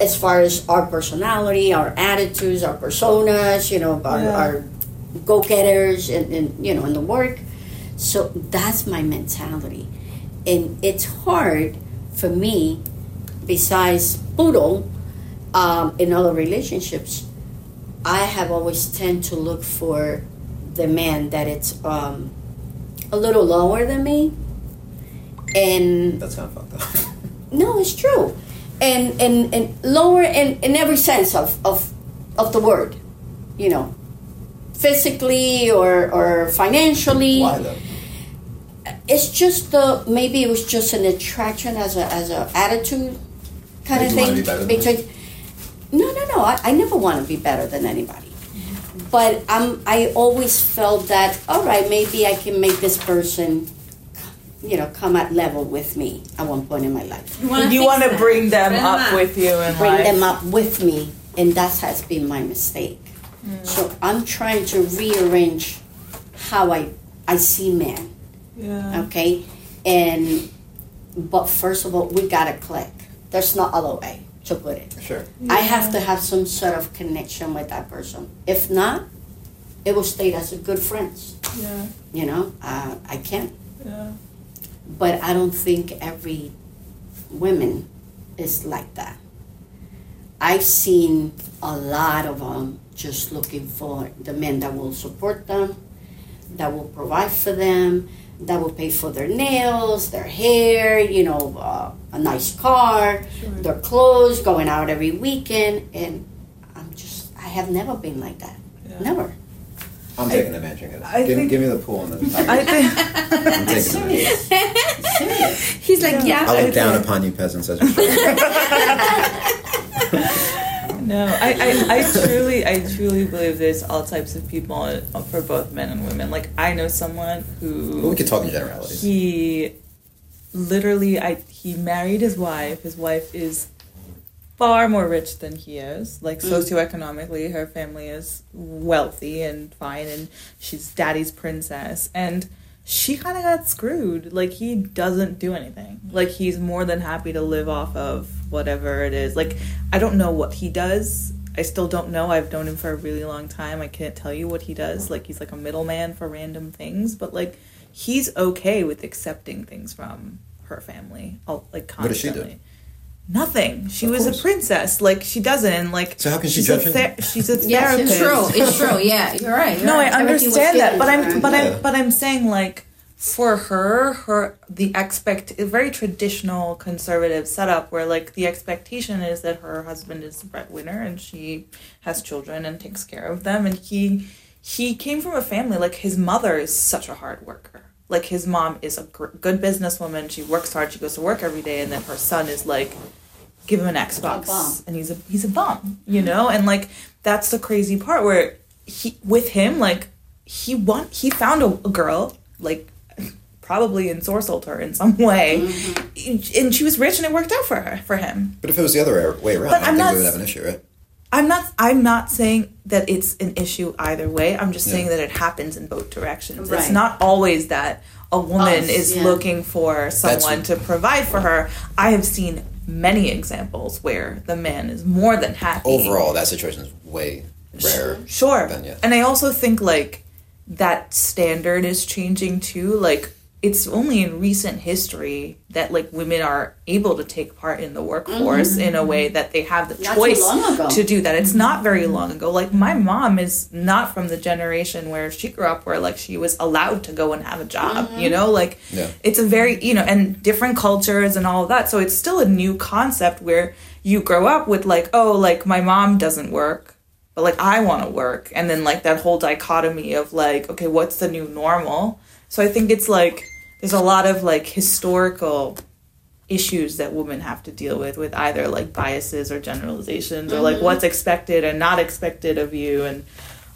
[SPEAKER 3] As far as our personality, our attitudes, our personas, you know, our,
[SPEAKER 2] Yeah.
[SPEAKER 3] our go getters, and, and, you know, in the work. So that's my mentality. And it's hard for me, besides Poodle, um, in other relationships, I have always tend to look for the man that it's um, a little lower than me. And
[SPEAKER 1] That's not fucked up.
[SPEAKER 3] no, it's true. And and, and lower in, in every sense of, of of the word, you know. Physically or, or financially.
[SPEAKER 1] Why though?
[SPEAKER 3] It's just the maybe it was just an attraction as a as a attitude kind
[SPEAKER 1] Like,
[SPEAKER 3] of
[SPEAKER 1] you wanna
[SPEAKER 3] thing.
[SPEAKER 1] be better than
[SPEAKER 3] Because- no no no, I, I never want to be better than anybody. But i I always felt that all right, maybe I can make this person you know, come at level with me at one point in my life
[SPEAKER 2] You want to bring them up with you and
[SPEAKER 3] bring
[SPEAKER 2] like,
[SPEAKER 3] them up with me, and that has been my mistake. So I'm trying to rearrange how I I see men.
[SPEAKER 2] yeah.
[SPEAKER 3] Okay, and but first of all, we gotta click. There's no other way to put it.
[SPEAKER 1] Sure.
[SPEAKER 3] I have to have some sort of connection with that person. If not, it will stay as a good friends.
[SPEAKER 2] Yeah.
[SPEAKER 3] You know, uh, I can't.
[SPEAKER 2] Yeah.
[SPEAKER 3] But I don't think every woman is like that. I've seen a lot of them just looking for the men that will support them, that will provide for them, that will pay for their nails, their hair, you know, uh, a nice car, their clothes, going out every weekend. And I'm just, I have never been like that. Never.
[SPEAKER 1] I'm taking a mansion. guys.
[SPEAKER 2] I
[SPEAKER 1] Give,
[SPEAKER 2] think-
[SPEAKER 1] give me the pool and then
[SPEAKER 2] I think
[SPEAKER 1] I'm [laughs] taking the mansion.
[SPEAKER 6] He's like, yeah,
[SPEAKER 1] I look down upon you peasants as
[SPEAKER 2] [laughs]
[SPEAKER 1] a
[SPEAKER 2] No, I, I, I truly, I truly believe there's all types of people uh, for both men and women. Like I know someone
[SPEAKER 1] We
[SPEAKER 2] who
[SPEAKER 1] could talk in generalities.
[SPEAKER 2] he literally, I he married his wife. His wife is far more rich than he is. Like socioeconomically, her family is wealthy and fine, and she's daddy's princess. And she kind of got screwed. Like he doesn't do anything. Like he's more than happy to live off of whatever it is. Like I don't know what he does. I still don't know. I've known him for a really long time. I can't tell you what he does. Like he's like a middleman for random things, but like he's okay with accepting things from her family. All like
[SPEAKER 1] What does
[SPEAKER 2] constantly.
[SPEAKER 1] she do?
[SPEAKER 2] Nothing. She was
[SPEAKER 1] course.
[SPEAKER 2] a princess. Like she doesn't. Like
[SPEAKER 1] So how can she
[SPEAKER 2] she's a
[SPEAKER 1] judge
[SPEAKER 2] ther-
[SPEAKER 1] him?
[SPEAKER 2] She's a
[SPEAKER 6] yeah,
[SPEAKER 2] therapist.
[SPEAKER 6] it's true, it's true. Yeah, you're right. You're
[SPEAKER 2] No, I
[SPEAKER 6] right.
[SPEAKER 3] Everything was
[SPEAKER 2] understand that,
[SPEAKER 3] given
[SPEAKER 2] but
[SPEAKER 3] to
[SPEAKER 2] I'm
[SPEAKER 3] her.
[SPEAKER 2] but
[SPEAKER 1] Yeah.
[SPEAKER 2] I'm but I'm saying like for her, her the expect a very traditional conservative setup where like the expectation is that her husband is the breadwinner and she has children and takes care of them and he he came from a family like his mother is such a hard worker. Like his mom is a gr- good businesswoman. She works hard. She goes to work every day, and then her son is like give him an Xbox,
[SPEAKER 3] bum.
[SPEAKER 2] and he's a he's a bum, you know, and like that's the crazy part where he with him like he want he found a, a girl like probably ensorcelled her in some way, and she was rich and it worked out for her for him.
[SPEAKER 1] But if it was the other way around,
[SPEAKER 2] But
[SPEAKER 1] I don't
[SPEAKER 2] I'm
[SPEAKER 1] think
[SPEAKER 2] not
[SPEAKER 1] we would
[SPEAKER 2] s-
[SPEAKER 1] have an issue, right?
[SPEAKER 2] I'm not I'm not saying that it's an issue either way. I'm just
[SPEAKER 1] Yeah.
[SPEAKER 2] saying that it happens in both directions. It's
[SPEAKER 3] Right.
[SPEAKER 2] not always that a woman
[SPEAKER 3] Us,
[SPEAKER 2] is
[SPEAKER 3] yeah.
[SPEAKER 2] looking for someone to provide for her. I have seen many examples where the man is more than happy.
[SPEAKER 1] Overall, that situation is way rarer.
[SPEAKER 2] Sure.
[SPEAKER 1] Then, yeah.
[SPEAKER 2] And I also think like that standard is changing too. Like it's only in recent history that like women are able to take part in the workforce in a way that they have the
[SPEAKER 3] Mm-hmm. Not too
[SPEAKER 2] choice
[SPEAKER 3] long ago.
[SPEAKER 2] to do that. It's not very long ago. Like my mom is not from the generation where she grew up where like she was allowed to go and have a job, you know? Like
[SPEAKER 1] Yeah.
[SPEAKER 2] it's a very, you know, and different cultures and all of that. So it's still a new concept where you grow up with like, oh, like my mom doesn't work, but like I want to work. And then like that whole dichotomy of like, okay, what's the new normal? So I think it's like there's a lot of like historical issues that women have to deal with with either like biases or generalizations or like what's expected and not expected of you and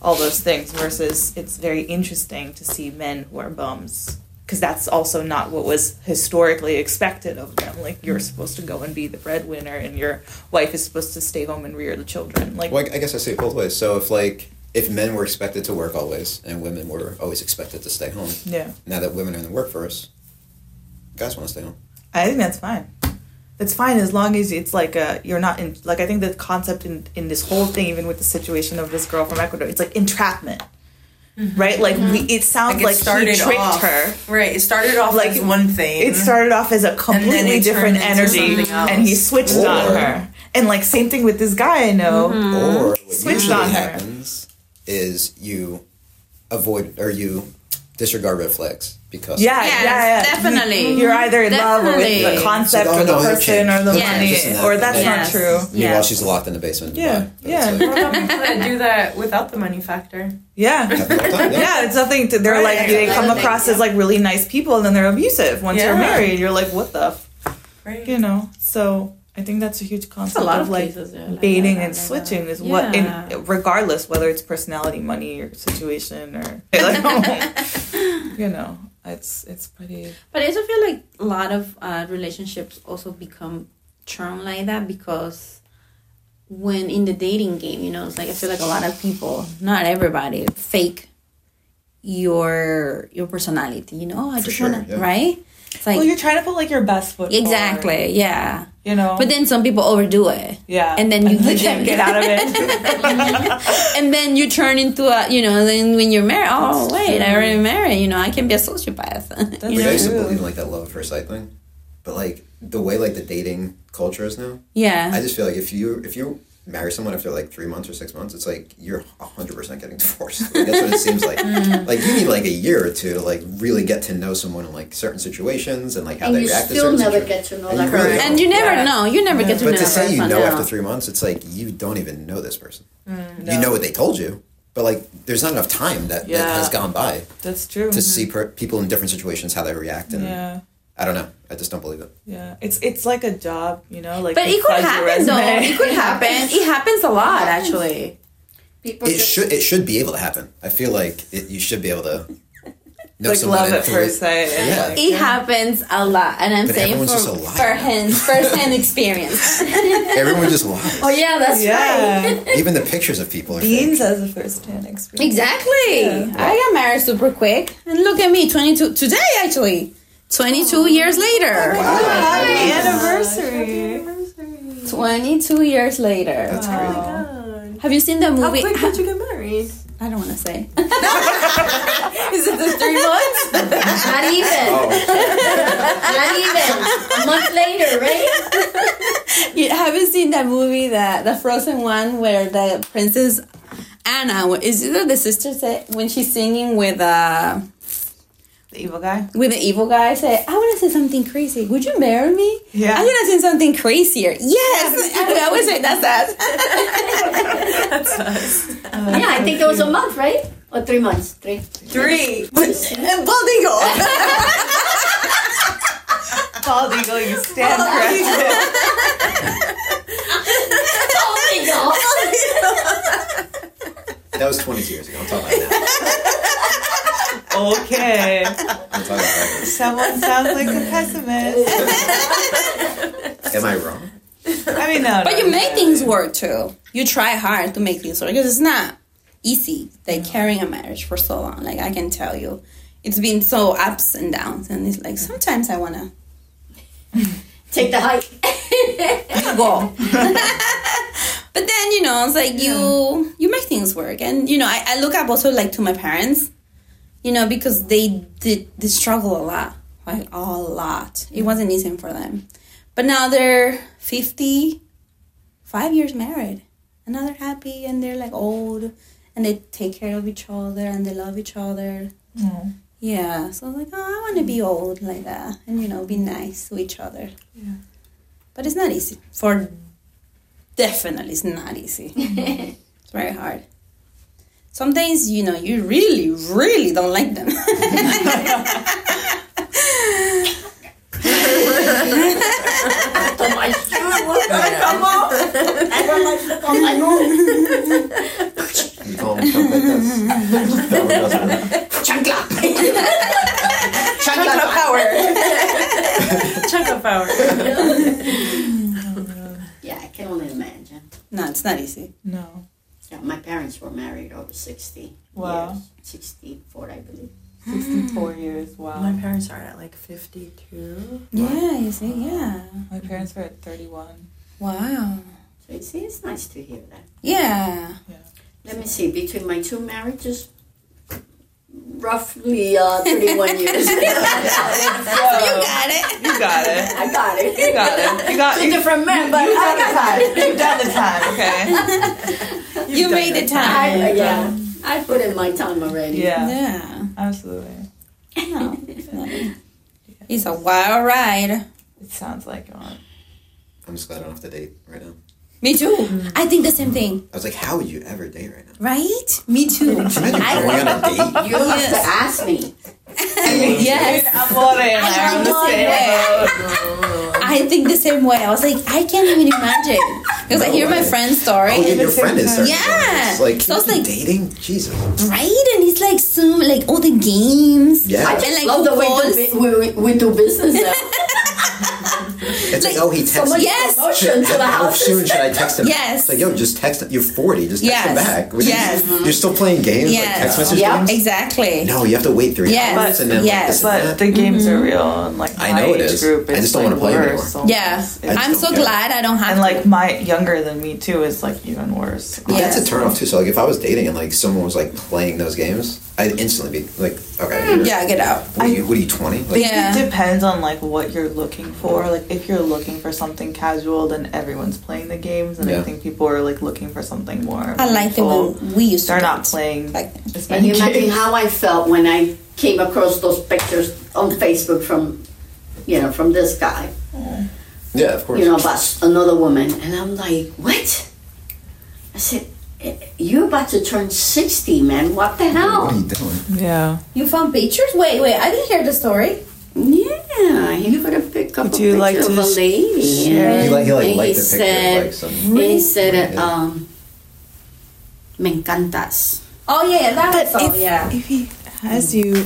[SPEAKER 2] all those things versus it's very interesting to see men who are bums because that's also not what was historically expected of them like you're supposed to go and be the breadwinner and your wife is supposed to stay home and rear the children like
[SPEAKER 1] Well, I- I guess I see it both ways. So if like if men were expected to work always and women were always expected to stay home,
[SPEAKER 2] yeah
[SPEAKER 1] now that women are in the workforce, guys want to stay home.
[SPEAKER 2] I think that's fine. That's fine as long as it's like uh you're not in like I think the concept in in this whole thing even with the situation of this girl from Ecuador it's like entrapment, right? Like we it sounds like, he tricked
[SPEAKER 5] off,
[SPEAKER 2] her.
[SPEAKER 5] Right. It started off
[SPEAKER 2] Like,
[SPEAKER 5] like one thing.
[SPEAKER 2] It started off as a completely
[SPEAKER 5] it
[SPEAKER 2] different
[SPEAKER 5] turned into
[SPEAKER 2] energy,
[SPEAKER 5] something else.
[SPEAKER 2] and he switched on
[SPEAKER 1] Or-
[SPEAKER 2] her. And like same thing with this guy I know.
[SPEAKER 1] Or what
[SPEAKER 2] Switched
[SPEAKER 1] usually
[SPEAKER 2] Mm-hmm. on her.
[SPEAKER 1] happens is you avoid or you disregard red flags because
[SPEAKER 2] Yeah,
[SPEAKER 6] Yes,
[SPEAKER 2] yeah, yeah.
[SPEAKER 6] definitely.
[SPEAKER 2] You're either in love with
[SPEAKER 6] Definitely.
[SPEAKER 2] the concept
[SPEAKER 1] It's
[SPEAKER 2] or
[SPEAKER 1] like,
[SPEAKER 2] the
[SPEAKER 1] oh, no, it
[SPEAKER 2] person or
[SPEAKER 1] changed.
[SPEAKER 2] the
[SPEAKER 6] Yeah.
[SPEAKER 1] Just
[SPEAKER 2] money,
[SPEAKER 1] that-
[SPEAKER 2] or that's
[SPEAKER 6] Yes.
[SPEAKER 2] not true.
[SPEAKER 1] meanwhile
[SPEAKER 6] Yeah.
[SPEAKER 1] she's locked in the basement. in
[SPEAKER 2] Yeah,
[SPEAKER 1] Dubai. But
[SPEAKER 2] yeah.
[SPEAKER 1] it's like,
[SPEAKER 5] I do that without the money factor.
[SPEAKER 2] Yeah.
[SPEAKER 1] have a long time, yeah.
[SPEAKER 2] [laughs] Yeah, it's nothing. To, they're
[SPEAKER 5] Right.
[SPEAKER 2] like they
[SPEAKER 6] Another
[SPEAKER 2] come
[SPEAKER 6] thing,
[SPEAKER 2] across as like really nice people, and then they're abusive once you're
[SPEAKER 5] Yeah.
[SPEAKER 2] married. You're like, what the, f-?
[SPEAKER 5] Right.
[SPEAKER 2] you know? So I think that's a huge concept
[SPEAKER 6] a lot of
[SPEAKER 2] like
[SPEAKER 6] cases, yeah, like
[SPEAKER 2] baiting
[SPEAKER 6] that,
[SPEAKER 2] and
[SPEAKER 6] like
[SPEAKER 2] switching is
[SPEAKER 6] Yeah.
[SPEAKER 2] what, in, regardless whether it's personality, money, or situation, or [laughs]
[SPEAKER 6] [laughs]
[SPEAKER 2] you know, it's it's pretty.
[SPEAKER 6] But I also feel like a lot of uh, relationships also become churn like that because when in the dating game, you know, it's like I feel like a lot of people, not everybody, fake your your personality. You know, I just
[SPEAKER 1] sure,
[SPEAKER 6] wanna
[SPEAKER 1] yeah.
[SPEAKER 6] right. It's like
[SPEAKER 7] Well, you're trying to put like your best foot. forward,
[SPEAKER 6] exactly, yeah.
[SPEAKER 7] you know.
[SPEAKER 6] But then some people overdo it.
[SPEAKER 7] yeah.
[SPEAKER 6] And
[SPEAKER 2] [laughs]
[SPEAKER 6] then
[SPEAKER 7] [laughs]
[SPEAKER 6] you
[SPEAKER 7] they can't
[SPEAKER 6] [laughs]
[SPEAKER 7] get out of it.
[SPEAKER 6] and then you turn into a you know then when you're married oh wait i already married you know i can be a sociopath
[SPEAKER 7] That's
[SPEAKER 1] Like, I used to
[SPEAKER 7] true.
[SPEAKER 1] believe in like that love at first sight thing, but like the way like the dating culture is now, I
[SPEAKER 6] [laughs] yeah
[SPEAKER 1] just feel like if you if you marry someone after like three months or six months, it's like you're hundred percent getting [laughs] divorced. Like, that's what it seems like.
[SPEAKER 3] Mm.
[SPEAKER 1] like you need like a year or two to like really get to know someone in like certain situations and like how
[SPEAKER 3] and
[SPEAKER 1] they
[SPEAKER 3] you
[SPEAKER 1] react to
[SPEAKER 3] still
[SPEAKER 1] certain
[SPEAKER 3] never
[SPEAKER 1] situations.
[SPEAKER 3] get to know
[SPEAKER 1] And
[SPEAKER 3] that
[SPEAKER 1] you really
[SPEAKER 3] person.
[SPEAKER 1] don't.
[SPEAKER 6] and you never
[SPEAKER 5] Yeah.
[SPEAKER 6] know you never get to
[SPEAKER 1] But
[SPEAKER 6] know
[SPEAKER 1] to say you
[SPEAKER 6] that
[SPEAKER 1] know
[SPEAKER 6] person.
[SPEAKER 1] after three months, it's like you don't even know this person.
[SPEAKER 2] Mm,
[SPEAKER 1] You know what they told you, but like there's not enough time that, that
[SPEAKER 2] Yeah.
[SPEAKER 1] has gone by
[SPEAKER 2] That's true.
[SPEAKER 1] to see per- people in different situations how they react. And
[SPEAKER 2] Yeah,
[SPEAKER 1] I don't know. I just don't believe it.
[SPEAKER 2] yeah. It's it's like a job, you know. Like,
[SPEAKER 6] but
[SPEAKER 2] you
[SPEAKER 6] it could
[SPEAKER 2] fudge your
[SPEAKER 6] happen though
[SPEAKER 2] resume.
[SPEAKER 6] it could happen it happens a lot actually
[SPEAKER 3] People
[SPEAKER 1] It
[SPEAKER 3] just-
[SPEAKER 1] should it should be able to happen. I feel like it, you should be able
[SPEAKER 2] [laughs]
[SPEAKER 1] to know
[SPEAKER 2] Like
[SPEAKER 1] someone
[SPEAKER 2] love
[SPEAKER 1] in
[SPEAKER 2] at
[SPEAKER 1] three-
[SPEAKER 2] first sight. and,
[SPEAKER 1] Yeah.
[SPEAKER 2] like,
[SPEAKER 6] it happens a lot and i'm
[SPEAKER 1] But
[SPEAKER 6] saying
[SPEAKER 1] everyone's
[SPEAKER 6] for
[SPEAKER 1] just a liar.
[SPEAKER 6] first-hand, first-hand experience
[SPEAKER 2] [laughs]
[SPEAKER 1] [laughs] Everyone just lies.
[SPEAKER 6] oh yeah that's right [laughs]
[SPEAKER 2] yeah.
[SPEAKER 1] Even the pictures of people are
[SPEAKER 2] Beans
[SPEAKER 1] fake.
[SPEAKER 2] has a first-hand experience.
[SPEAKER 6] exactly i got married super quick and look at me 22 today actually 22
[SPEAKER 8] Oh.
[SPEAKER 6] years later
[SPEAKER 2] Happy anniversary.
[SPEAKER 6] 22 years later
[SPEAKER 1] That's crazy.
[SPEAKER 6] have you seen the
[SPEAKER 8] Oh How
[SPEAKER 6] movie
[SPEAKER 8] quick did you get married?
[SPEAKER 6] [laughs] I don't want to
[SPEAKER 8] [laughs]
[SPEAKER 6] say. Is it the three months?
[SPEAKER 3] Not even.
[SPEAKER 1] Oh.
[SPEAKER 3] Not even. A month later, right?
[SPEAKER 8] [laughs]
[SPEAKER 6] You haven't seen that movie, that the Frozen one, where the princess Anna is either the sister say when she's singing with uh
[SPEAKER 2] The evil guy.
[SPEAKER 6] with the evil guy say, "I want to say something crazy. Would you marry me?
[SPEAKER 2] Yeah.
[SPEAKER 6] I'm gonna say something crazier. Yes, [laughs] I always say that's that.
[SPEAKER 3] yeah, I think it was a month, right? Or three months. Three.
[SPEAKER 5] Three.
[SPEAKER 6] Balding
[SPEAKER 2] Bald eagle, you stand corrected.
[SPEAKER 3] oh my god.
[SPEAKER 1] That was 22 years ago. I'm talking about now.
[SPEAKER 2] Okay.
[SPEAKER 1] I'm talking about
[SPEAKER 2] Someone sounds like a pessimist.
[SPEAKER 1] right now. Am I wrong?
[SPEAKER 2] I mean, no.
[SPEAKER 6] But
[SPEAKER 2] no,
[SPEAKER 6] you
[SPEAKER 2] no.
[SPEAKER 6] make things work too. You try hard to make things work because it's not easy. Like carrying a marriage for so long. Like I can tell you, it's been so ups and downs, and it's like sometimes I wanna
[SPEAKER 3] Take the [laughs] hike.
[SPEAKER 6] go. [laughs] but then you know, it's like you you make things work, and you know, I, I look up also like to my parents, you know, because they did they struggle a lot, like a lot. It wasn't easy for them, but now they're fifty, five years married, and now they're happy, and they're like old, and they take care of each other, and they love each other. Yeah, so I was like, oh, I want to be old like that, and you know, be nice to each other. But it's not easy. For definitely, it's not [laughs] easy. it's very hard. Some days, you know, you really, really don't like [laughs] them.
[SPEAKER 3] Come on,
[SPEAKER 6] Oh, [laughs]
[SPEAKER 3] come on. Look on my room.
[SPEAKER 1] You call them something like
[SPEAKER 2] [laughs]
[SPEAKER 1] this. No one does it.
[SPEAKER 3] Chancla. Chancla power.
[SPEAKER 5] Check up our.
[SPEAKER 3] Yeah, I can only imagine.
[SPEAKER 6] no, it's not easy.
[SPEAKER 2] No.
[SPEAKER 3] Yeah, my parents were married over 60
[SPEAKER 2] Wow.
[SPEAKER 3] years. 64, I believe.
[SPEAKER 2] 64 years. Wow.
[SPEAKER 5] My parents are at like 52.
[SPEAKER 6] Yeah, you see, yeah.
[SPEAKER 2] My parents were at 31.
[SPEAKER 6] Wow.
[SPEAKER 3] So you see, it's nice to hear that.
[SPEAKER 6] Yeah.
[SPEAKER 3] Let me see, between my two marriages, roughly uh, 31 years.
[SPEAKER 2] So,
[SPEAKER 6] Got it.
[SPEAKER 2] you got it.
[SPEAKER 3] I got it. [laughs]
[SPEAKER 2] You got it. You got
[SPEAKER 3] Two
[SPEAKER 2] you,
[SPEAKER 3] different men, but I got
[SPEAKER 2] You've done the time, okay?
[SPEAKER 6] [laughs] you made the time.
[SPEAKER 3] I, yeah, I put in my time already.
[SPEAKER 2] Yeah,
[SPEAKER 6] yeah.
[SPEAKER 2] absolutely.
[SPEAKER 6] No, it's not easy. It's a wild ride.
[SPEAKER 2] It sounds like it. won't.
[SPEAKER 1] I'm just glad I don't have to date right now.
[SPEAKER 6] Me too. I think the same thing,
[SPEAKER 1] I was like, how would you ever date right now?
[SPEAKER 6] right? Me
[SPEAKER 1] Can
[SPEAKER 6] too.
[SPEAKER 1] you imagine going on a date?
[SPEAKER 3] You have to ask me.
[SPEAKER 6] yes.
[SPEAKER 2] I love it.
[SPEAKER 6] I love it. I think the same way. I was like, I can't even imagine. Because I
[SPEAKER 1] No
[SPEAKER 6] hear my
[SPEAKER 1] way.
[SPEAKER 6] friend's story.
[SPEAKER 1] Oh, yeah, your friend is starting
[SPEAKER 6] Yeah.
[SPEAKER 1] It's like,
[SPEAKER 6] So it's
[SPEAKER 1] you
[SPEAKER 6] like- Mm-hmm.
[SPEAKER 1] dating? Jesus.
[SPEAKER 6] Right? And he's like, so, like, all the games.
[SPEAKER 1] Yeah.
[SPEAKER 3] I just
[SPEAKER 6] And, like,
[SPEAKER 3] love the way
[SPEAKER 6] who
[SPEAKER 3] do bu- we, we, we do business uh, now.
[SPEAKER 1] It's like, oh, he texted
[SPEAKER 3] Much
[SPEAKER 1] me.
[SPEAKER 6] Yes.
[SPEAKER 3] promotion to the
[SPEAKER 1] How
[SPEAKER 3] house.
[SPEAKER 1] soon should I text him?
[SPEAKER 6] Yes.
[SPEAKER 1] It's like, yo, just text him. You're 40. Just text him
[SPEAKER 6] Yes.
[SPEAKER 1] back. Which is-
[SPEAKER 6] Yes.
[SPEAKER 1] You're still playing games?
[SPEAKER 6] Yes.
[SPEAKER 1] Like text message
[SPEAKER 3] Yeah.
[SPEAKER 1] games?
[SPEAKER 6] Exactly.
[SPEAKER 1] No, you have to wait three
[SPEAKER 6] Yes.
[SPEAKER 1] hours and then
[SPEAKER 6] Yes.
[SPEAKER 1] like, this
[SPEAKER 2] But
[SPEAKER 1] and
[SPEAKER 2] the games
[SPEAKER 6] Mm-hmm.
[SPEAKER 2] are real, and like
[SPEAKER 1] I
[SPEAKER 2] my
[SPEAKER 1] know it
[SPEAKER 2] age
[SPEAKER 1] is.
[SPEAKER 2] group
[SPEAKER 1] I
[SPEAKER 2] is
[SPEAKER 1] just don't wanna
[SPEAKER 2] like,
[SPEAKER 1] play it
[SPEAKER 2] worse.
[SPEAKER 1] anymore.
[SPEAKER 6] Yeah.
[SPEAKER 1] I
[SPEAKER 6] I'm
[SPEAKER 1] just
[SPEAKER 6] so
[SPEAKER 1] don't get it.
[SPEAKER 6] glad I don't have
[SPEAKER 2] And
[SPEAKER 6] to.
[SPEAKER 2] like my younger than me too is like even worse.
[SPEAKER 1] that. That's
[SPEAKER 6] Yeah.
[SPEAKER 1] a turnoff too. So like, if I was dating and like someone was like playing those games, I'd instantly be like, okay, you're-
[SPEAKER 6] Mm, yeah, get out.
[SPEAKER 1] What are you? What are you twenty? Like,
[SPEAKER 6] Yeah.
[SPEAKER 2] It depends on like what you're looking for. Like if you're looking for something casual, then everyone's playing the games, and I
[SPEAKER 1] Yeah.
[SPEAKER 2] think people are like looking for something more.
[SPEAKER 6] I like the
[SPEAKER 2] meaningful.
[SPEAKER 6] one we used to
[SPEAKER 2] They're not
[SPEAKER 6] date.
[SPEAKER 2] playing
[SPEAKER 6] Like that.
[SPEAKER 2] as
[SPEAKER 3] And
[SPEAKER 2] many
[SPEAKER 3] you imagine
[SPEAKER 2] games.
[SPEAKER 3] how I felt when I came across those pictures on Facebook from, you know, from this guy,
[SPEAKER 1] yeah, of course.
[SPEAKER 3] you know, about s- another woman. And I'm like, what? I said, "Eh, you're about to turn 60, man. What the
[SPEAKER 1] what are
[SPEAKER 3] hell?
[SPEAKER 1] you doing?
[SPEAKER 2] Yeah.
[SPEAKER 6] You found pictures? Wait, wait. I didn't hear the story.
[SPEAKER 3] Yeah, he put a pick up
[SPEAKER 2] Would
[SPEAKER 3] a
[SPEAKER 2] you
[SPEAKER 3] picture
[SPEAKER 2] like to
[SPEAKER 3] of a
[SPEAKER 2] sh-
[SPEAKER 3] lady.
[SPEAKER 2] share?
[SPEAKER 1] He like he like
[SPEAKER 3] And
[SPEAKER 1] liked the
[SPEAKER 3] he
[SPEAKER 1] picture
[SPEAKER 3] said-
[SPEAKER 1] of like some.
[SPEAKER 3] And he said,
[SPEAKER 1] Yeah.
[SPEAKER 3] um, me encantas.
[SPEAKER 6] Oh, yeah, yeah. That was all,
[SPEAKER 2] if-
[SPEAKER 6] yeah.
[SPEAKER 2] If he has you,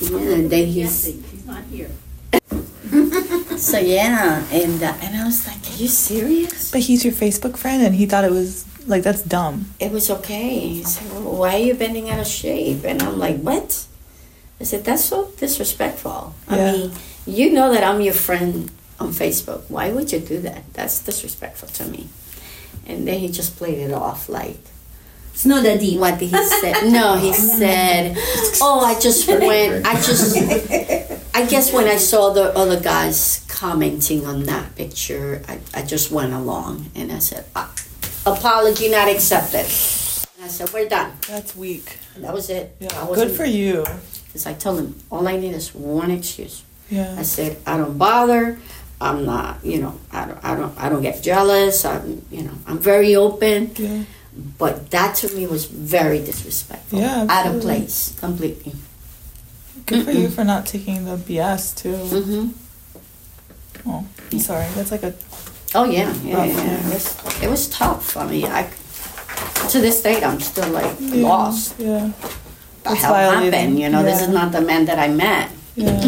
[SPEAKER 3] Yeah, and then he's he's not [laughs] here. so yeah, and uh, and I was like, "Are you serious?"
[SPEAKER 2] but he's your Facebook friend, and he thought it was like that's dumb.
[SPEAKER 3] It was okay. He said, well, "Why are you bending out of shape?" And I'm like, "What?" I said, "That's so disrespectful." I
[SPEAKER 2] Yeah.
[SPEAKER 3] mean, you know that I'm your friend on Facebook. Why would you do that? That's disrespectful to me. And then he just played it off like.
[SPEAKER 6] It's not that deep.
[SPEAKER 3] What did he say? No, he said, "Oh, I just went. I just. I guess when I saw the other guys commenting on that picture, I, I just went along and I said, ah, apology not accepted. And I said, we're done.
[SPEAKER 2] That's weak.
[SPEAKER 3] And that was it. I
[SPEAKER 2] Good for you.
[SPEAKER 3] Because I told him all I need is one excuse. I
[SPEAKER 2] Yeah.
[SPEAKER 3] said, I don't bother. I'm not, you know, I don't, I don't, I don't get jealous. I'm, you know, I'm very open.
[SPEAKER 2] Yeah.
[SPEAKER 3] But that to me was very disrespectful.
[SPEAKER 2] Yeah,
[SPEAKER 3] out of
[SPEAKER 2] absolutely.
[SPEAKER 3] place completely.
[SPEAKER 2] Good for you for not taking the BS too.
[SPEAKER 3] Mm-hmm.
[SPEAKER 2] Oh, I'm sorry. That's like a
[SPEAKER 3] Oh yeah, yeah, yeah. yeah. It was it was tough. I mean, I to this day I'm still like lost.
[SPEAKER 9] Yeah.
[SPEAKER 3] What
[SPEAKER 9] That's why I
[SPEAKER 3] happened?
[SPEAKER 9] leave.
[SPEAKER 3] You know, this
[SPEAKER 9] Yeah.
[SPEAKER 3] is not the man that I met.
[SPEAKER 9] Yeah.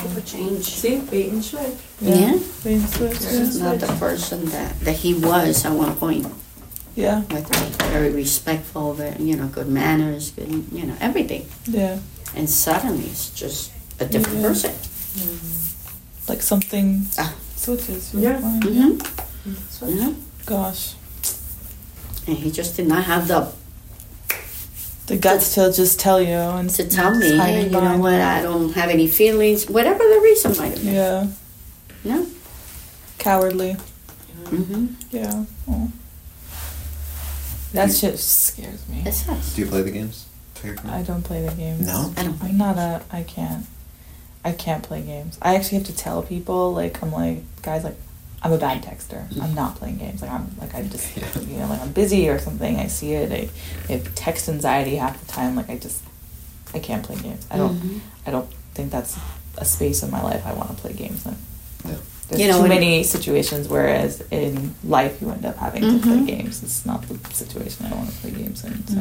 [SPEAKER 10] People change.
[SPEAKER 5] See, bait and switch.
[SPEAKER 9] Yeah.
[SPEAKER 3] Yeah,
[SPEAKER 9] Being switched,
[SPEAKER 3] this is not the person that that he was at one point
[SPEAKER 9] Yeah.
[SPEAKER 3] with me. Very respectful, very you know, good manners, good you know, everything.
[SPEAKER 9] Yeah.
[SPEAKER 3] And suddenly it's just a different
[SPEAKER 9] Yeah.
[SPEAKER 3] person.
[SPEAKER 9] Like something
[SPEAKER 3] Ah.
[SPEAKER 9] switches.
[SPEAKER 5] Yeah.
[SPEAKER 9] Fine.
[SPEAKER 3] Mm-hmm. You know?
[SPEAKER 9] Gosh.
[SPEAKER 3] And he just did not have the
[SPEAKER 9] The guts to just tell you and
[SPEAKER 3] to tell me,
[SPEAKER 9] it's hiding
[SPEAKER 3] hey, you know
[SPEAKER 9] behind-
[SPEAKER 3] what, I don't have any feelings, whatever the reason might have been.
[SPEAKER 9] Yeah.
[SPEAKER 3] No.
[SPEAKER 9] Cowardly.
[SPEAKER 3] Mm-hmm.
[SPEAKER 9] Yeah. Oh. That shit scares me.
[SPEAKER 3] It sucks.
[SPEAKER 1] Do you play the games? Play
[SPEAKER 9] I don't play the games.
[SPEAKER 1] no.
[SPEAKER 3] I don't.
[SPEAKER 9] I'm not a. I can't. I can't play games. I actually have to tell people like I'm like guys like I'm a bad texter.
[SPEAKER 3] Mm-hmm.
[SPEAKER 9] I'm not playing games. Like I'm like I just you know like I'm busy or something. I see it. I, I have text anxiety half the time. Like I just I can't play games. I don't.
[SPEAKER 3] Mm-hmm.
[SPEAKER 9] I don't think that's a space in my life I want to play games in.
[SPEAKER 1] Yeah.
[SPEAKER 9] There's
[SPEAKER 3] You know,
[SPEAKER 9] too
[SPEAKER 3] it-
[SPEAKER 9] many situations. Whereas in life you end up having to
[SPEAKER 3] Mm-hmm.
[SPEAKER 9] play games. It's not the situation I want to play games in. So.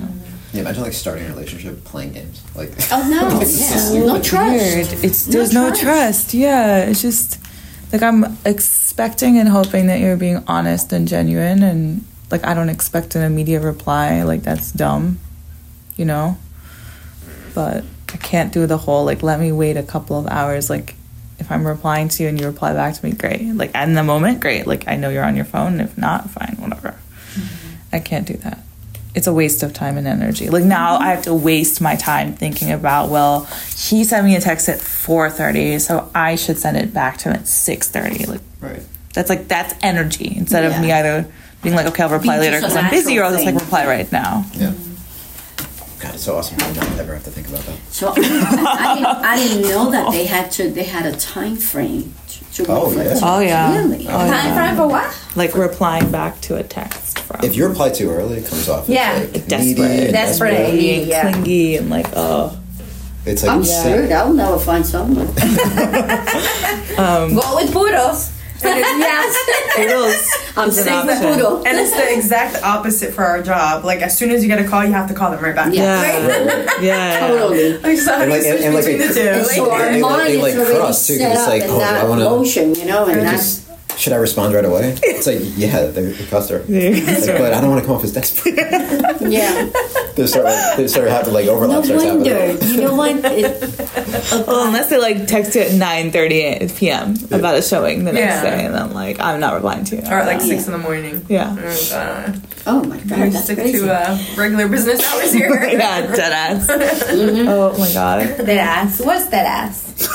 [SPEAKER 1] Yeah, imagine like starting a relationship playing games. [laughs] Like
[SPEAKER 3] Oh no,
[SPEAKER 1] This is so
[SPEAKER 3] yeah.
[SPEAKER 1] stupid.
[SPEAKER 3] no trust.
[SPEAKER 2] Weird. It's
[SPEAKER 3] No
[SPEAKER 2] there's no
[SPEAKER 3] trust.
[SPEAKER 2] trust. Yeah, it's just like I'm expecting and hoping that you're being honest and genuine, and like I don't expect an immediate reply. Like that's dumb, you know. But I can't do the whole like let me wait a couple of hours. Like if I'm replying to you and you reply back to me, great. Like in the moment, great. Like I know you're on your phone. If not, fine, whatever. I can't do that. It's a waste of time and energy. Like now I have to waste my time thinking about, well, he sent me a text at 4:30, so I should send it back to him at 6:30. Like
[SPEAKER 1] right.
[SPEAKER 2] that's like that's energy instead
[SPEAKER 3] Yeah.
[SPEAKER 2] of me either being like, okay, I'll reply
[SPEAKER 3] Being
[SPEAKER 2] later
[SPEAKER 3] just a
[SPEAKER 2] because I'm busy, or I'll just like
[SPEAKER 3] natural
[SPEAKER 2] reply right now.
[SPEAKER 1] Yeah. God, it's so awesome. I don't ever have to think about that.
[SPEAKER 3] So [laughs] I, didn't, I didn't know that they had to. They had a time frame to, to
[SPEAKER 1] Oh,
[SPEAKER 3] reflect
[SPEAKER 1] yeah.
[SPEAKER 3] on
[SPEAKER 2] Oh,
[SPEAKER 3] it.
[SPEAKER 2] yeah.
[SPEAKER 3] Really?
[SPEAKER 1] Oh, yeah.
[SPEAKER 6] Time frame for what?
[SPEAKER 2] Like replying back to a text from
[SPEAKER 1] If you reply too early, it comes off
[SPEAKER 6] Yeah.
[SPEAKER 1] as like needy
[SPEAKER 2] desperate,
[SPEAKER 1] and
[SPEAKER 6] Desperate.
[SPEAKER 1] desperate.
[SPEAKER 2] being clingy, and like oh,
[SPEAKER 1] It's like
[SPEAKER 3] I'm
[SPEAKER 1] it's sick.
[SPEAKER 3] sure I'll never find someone.
[SPEAKER 6] Go with [laughs] poodles.
[SPEAKER 2] poodles.
[SPEAKER 3] I'm
[SPEAKER 2] is an
[SPEAKER 3] saying the
[SPEAKER 2] option.
[SPEAKER 3] poodle.
[SPEAKER 5] And it's the exact opposite for our job. Like as soon as you get a call, you have to call them right back.
[SPEAKER 2] Yeah, yeah.
[SPEAKER 3] Totally.
[SPEAKER 5] Like so how
[SPEAKER 1] And
[SPEAKER 5] do you
[SPEAKER 1] like- and-
[SPEAKER 5] switch
[SPEAKER 1] and like
[SPEAKER 5] between
[SPEAKER 1] a-
[SPEAKER 5] the two?
[SPEAKER 1] and
[SPEAKER 5] Like,
[SPEAKER 1] so-
[SPEAKER 3] So our
[SPEAKER 1] They- they
[SPEAKER 3] mind is
[SPEAKER 1] like
[SPEAKER 3] already
[SPEAKER 1] cross, too, 'cause
[SPEAKER 3] set
[SPEAKER 1] it's
[SPEAKER 3] up
[SPEAKER 1] like,
[SPEAKER 3] in
[SPEAKER 1] oh,
[SPEAKER 3] that
[SPEAKER 1] I wanna-
[SPEAKER 3] motion, you know, and
[SPEAKER 1] It's
[SPEAKER 3] that's
[SPEAKER 1] just, should I respond right away? It's like, yeah, they're the customer. It's like, but I don't want to come off as desperate.
[SPEAKER 3] [laughs] [laughs] yeah.
[SPEAKER 1] they start like, they start having like
[SPEAKER 3] No
[SPEAKER 1] overlap starts
[SPEAKER 3] wonder.
[SPEAKER 1] happening.
[SPEAKER 3] You know what? It,
[SPEAKER 2] Well, unless they like text you at 9:30 p.m. about a showing the next
[SPEAKER 5] Yeah.
[SPEAKER 2] day, and I'm like, I'm not replying to you.
[SPEAKER 5] Or at like
[SPEAKER 3] Yeah.
[SPEAKER 5] six in the morning.
[SPEAKER 2] yeah,
[SPEAKER 5] Oh, God. [laughs]
[SPEAKER 3] oh my god,
[SPEAKER 5] We
[SPEAKER 3] that's
[SPEAKER 5] stick
[SPEAKER 3] crazy.
[SPEAKER 5] to uh, regular business hours here. [laughs]
[SPEAKER 2] yeah, [laughs] deadass. Oh my god.
[SPEAKER 6] That ass. What's
[SPEAKER 1] [laughs]
[SPEAKER 6] that ass?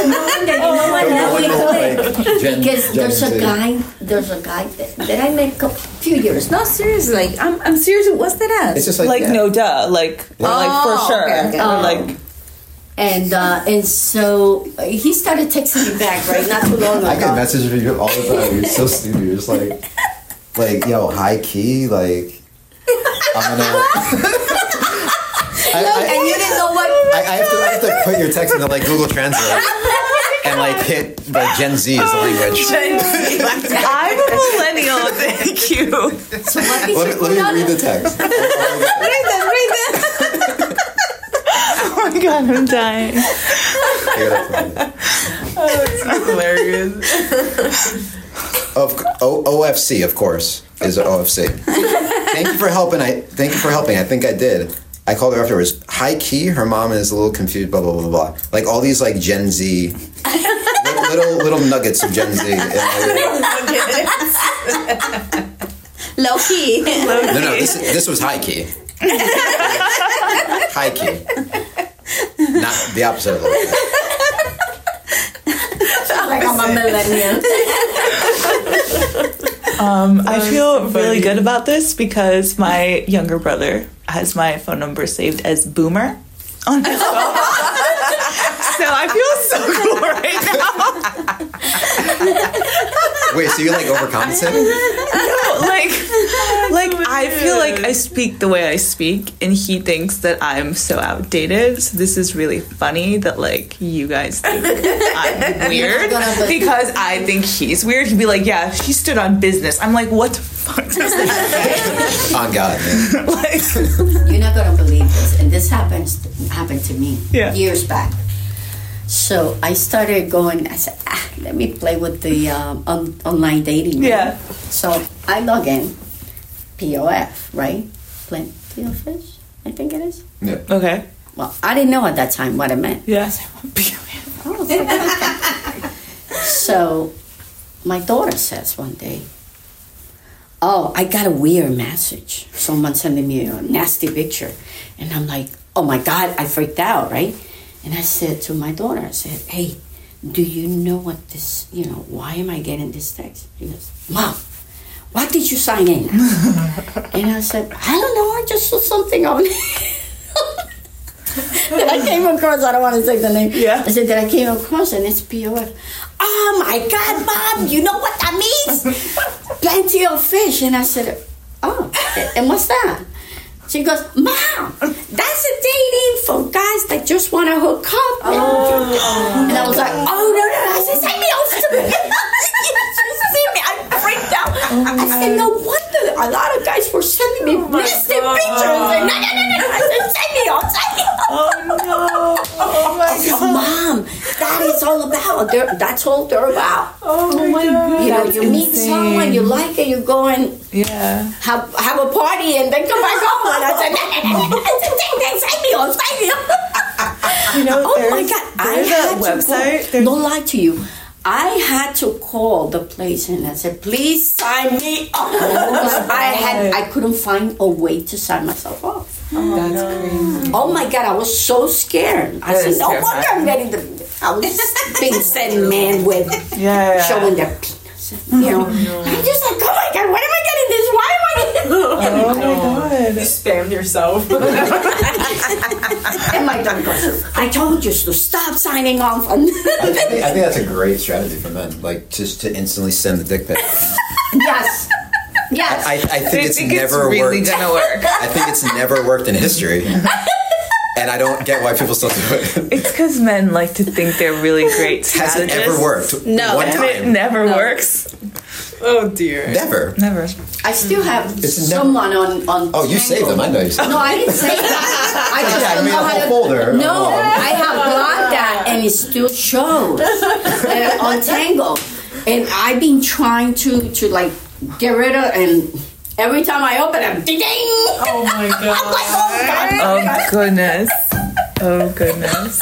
[SPEAKER 6] Oh,
[SPEAKER 1] No wonder, like, Gen-
[SPEAKER 3] Because
[SPEAKER 1] Gen
[SPEAKER 3] there's a
[SPEAKER 1] Z.
[SPEAKER 3] guy, there's a guy that, that I met a couple, few years.
[SPEAKER 6] No, seriously. Like, I'm, I'm serious. What's that
[SPEAKER 1] It's
[SPEAKER 6] ass?
[SPEAKER 1] just like,
[SPEAKER 2] Like
[SPEAKER 1] yeah.
[SPEAKER 2] no duh. Like or, like for
[SPEAKER 6] Oh,
[SPEAKER 2] sure.
[SPEAKER 6] okay, okay.
[SPEAKER 2] Or,
[SPEAKER 3] Oh.
[SPEAKER 2] like
[SPEAKER 3] And uh, and so uh, he started texting me back, right? Not too long ago.
[SPEAKER 1] I get messages from you all the time. You're so stupid. You're just like, like yo, high key, like I'm
[SPEAKER 3] [laughs]
[SPEAKER 1] gonna. I, I,
[SPEAKER 3] and you didn't know what.
[SPEAKER 1] I, I, have to, I have to put your text into like Google Translate and like hit like Gen Z is the language.
[SPEAKER 2] [laughs]
[SPEAKER 3] [laughs]
[SPEAKER 2] I'm a [laughs] millennial. Thank you.
[SPEAKER 3] So what did
[SPEAKER 1] Let
[SPEAKER 3] you
[SPEAKER 1] me,
[SPEAKER 3] put
[SPEAKER 1] let
[SPEAKER 3] on
[SPEAKER 1] me read
[SPEAKER 3] it?
[SPEAKER 1] the text. Let me read the text.
[SPEAKER 2] [laughs] Oh my god, I'm dying.
[SPEAKER 1] I gotta find it.
[SPEAKER 2] Hilarious.
[SPEAKER 5] [laughs]
[SPEAKER 1] Of o, OFC, of course, is a OFC. thank you for helping. I thank you for helping. I think I did. I called her afterwards. High key, her mom is a little confused. Blah blah blah blah. blah. Like all these like Gen Z, little, little little nuggets of Gen Z. And, like,
[SPEAKER 6] Low key.
[SPEAKER 1] no, no, this this was high key. high key, not the opposite of low key.
[SPEAKER 3] Like I'm a millennial.
[SPEAKER 2] Um, I feel really good about this because my younger brother has my phone number saved as Boomer on his [laughs] phone. so I feel so cool right now.
[SPEAKER 1] Wait, so you're like overcompensating?
[SPEAKER 2] No, [laughs] like, like I feel like I speak the way I speak, and he thinks that I'm so outdated. So this is really funny that like you guys [laughs] think I'm weird because I think he's weird. He'd be like, "Yeah, she stood on business." I'm like, "What the fuck is [laughs] that?"
[SPEAKER 1] On Oh, God, man.
[SPEAKER 2] [laughs] like,
[SPEAKER 3] You're not gonna believe this, and this happens happened to me
[SPEAKER 2] Yeah.
[SPEAKER 3] years back. So I started going. I said, ah, "Let me play with the um, on, online dating." you know?
[SPEAKER 2] Yeah.
[SPEAKER 3] So I log in, POF, right? Plenty of fish, I think it is.
[SPEAKER 1] Yeah.
[SPEAKER 2] okay,
[SPEAKER 3] Well, I didn't know at that time what it meant.
[SPEAKER 2] yeah,
[SPEAKER 3] [laughs] So my daughter says one day, Oh, I got a weird message. Someone sending me a nasty picture. And I'm like, Oh my God, I freaked out, right? And I said to my daughter, I said, Hey, do you know what this, you know, why am I getting this text? She goes, Mom, why did you sign in? and I said, I don't know, I just saw something on [laughs] that I came across. I don't want to say the name.
[SPEAKER 2] Yeah.
[SPEAKER 3] I said that I came across and it's POF. Oh my God, Mom, you know what that means? Plenty of fish. And I said, Oh, and what's that? She goes, Mom, that's a dating for guys that just want to hook up. and I was like, Oh, no, no. I said, Send me off to me. [laughs] She sent me. I freaked out. I said, No wonder a lot of guys were sending me nasty pictures. I said, No, no, no, no. I said, Send me off. Send me off. Mom, that is all about. They're, that's all they're about.
[SPEAKER 2] oh my god,
[SPEAKER 3] You know, you meet someone, you like it, you go and
[SPEAKER 2] yeah,
[SPEAKER 3] have have a party, and then come back home. And I said, "No, no, no, no, no, no, no, sign me on, sign me on."
[SPEAKER 2] You know,
[SPEAKER 3] oh my
[SPEAKER 2] there's-
[SPEAKER 3] god! I
[SPEAKER 2] there's
[SPEAKER 3] had
[SPEAKER 2] a
[SPEAKER 3] to
[SPEAKER 2] website,
[SPEAKER 3] Call,
[SPEAKER 2] there's-
[SPEAKER 3] don't lie to you. I had to call the place and I said, "Please sign me
[SPEAKER 2] Oh
[SPEAKER 3] up." [laughs] I had I couldn't find a way to sign myself up.
[SPEAKER 2] that's crazy.
[SPEAKER 3] Oh my god, I was so scared. I
[SPEAKER 2] That
[SPEAKER 3] said,
[SPEAKER 2] is
[SPEAKER 3] no wonder
[SPEAKER 2] terrifying.
[SPEAKER 3] I'm getting the. I
[SPEAKER 2] [laughs]
[SPEAKER 3] was being sent man with
[SPEAKER 2] Yeah. Oh,
[SPEAKER 3] showing their penis. You know, I just like, oh my god, what am I getting this? Why am I getting
[SPEAKER 2] Oh my god.
[SPEAKER 5] spammed yourself.
[SPEAKER 3] And my daughter goes, I told you to stop signing off on. [laughs]
[SPEAKER 1] I think, I think that's a great strategy for men, like just to instantly send the dick pic.
[SPEAKER 3] yes, yes.
[SPEAKER 1] I, I think
[SPEAKER 2] They
[SPEAKER 1] it's
[SPEAKER 2] think it's
[SPEAKER 1] never
[SPEAKER 2] really
[SPEAKER 1] worked.
[SPEAKER 2] gonna work.
[SPEAKER 1] I think it's never worked in history, and I don't get why people still do it.
[SPEAKER 2] [laughs] It's because men like to think they're really great
[SPEAKER 1] Has it
[SPEAKER 2] strategists.
[SPEAKER 1] ever worked?
[SPEAKER 10] No.
[SPEAKER 1] one
[SPEAKER 2] And it
[SPEAKER 1] time,
[SPEAKER 2] never works.
[SPEAKER 5] oh dear.
[SPEAKER 1] never.
[SPEAKER 2] Never.
[SPEAKER 3] I still have
[SPEAKER 1] It's never-
[SPEAKER 3] someone on on.
[SPEAKER 1] Oh, you
[SPEAKER 3] Tango.
[SPEAKER 1] saved them. I know you saved them.
[SPEAKER 3] No, I didn't say that. I just
[SPEAKER 1] Yeah, I
[SPEAKER 3] don't
[SPEAKER 1] made a
[SPEAKER 3] know
[SPEAKER 1] whole
[SPEAKER 3] how to
[SPEAKER 1] folder.
[SPEAKER 3] No,
[SPEAKER 1] Oh.
[SPEAKER 3] I have got that, and it still shows and on Tango. And I've been trying to to like get rid of, and every time I open them, ding ding. Oh my god! [laughs] I'm like, oh god!
[SPEAKER 2] Oh goodness. Oh goodness.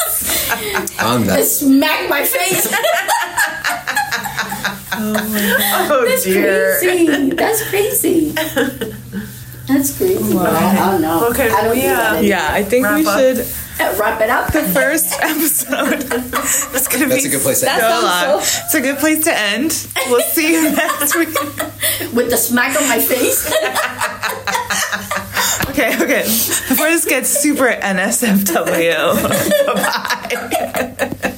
[SPEAKER 1] Oh, I'm
[SPEAKER 3] It
[SPEAKER 1] that.
[SPEAKER 3] smacked my face.
[SPEAKER 5] Oh dear.
[SPEAKER 3] [laughs] crazy. That's crazy. That's crazy. I don't know.
[SPEAKER 5] Okay,
[SPEAKER 3] I don't do
[SPEAKER 5] yeah.
[SPEAKER 3] that anymore.
[SPEAKER 2] Yeah, I think we
[SPEAKER 5] Wrap up.
[SPEAKER 2] should
[SPEAKER 3] Wrap it up.
[SPEAKER 2] the [laughs] first episode. That's gonna
[SPEAKER 1] That's
[SPEAKER 2] be
[SPEAKER 1] a good place to
[SPEAKER 2] so
[SPEAKER 1] end.
[SPEAKER 2] long. It's a good place to end. We'll see you [laughs] next week.
[SPEAKER 3] with the smack on my face.
[SPEAKER 2] Okay, okay. Before this gets super NSFW. Bye.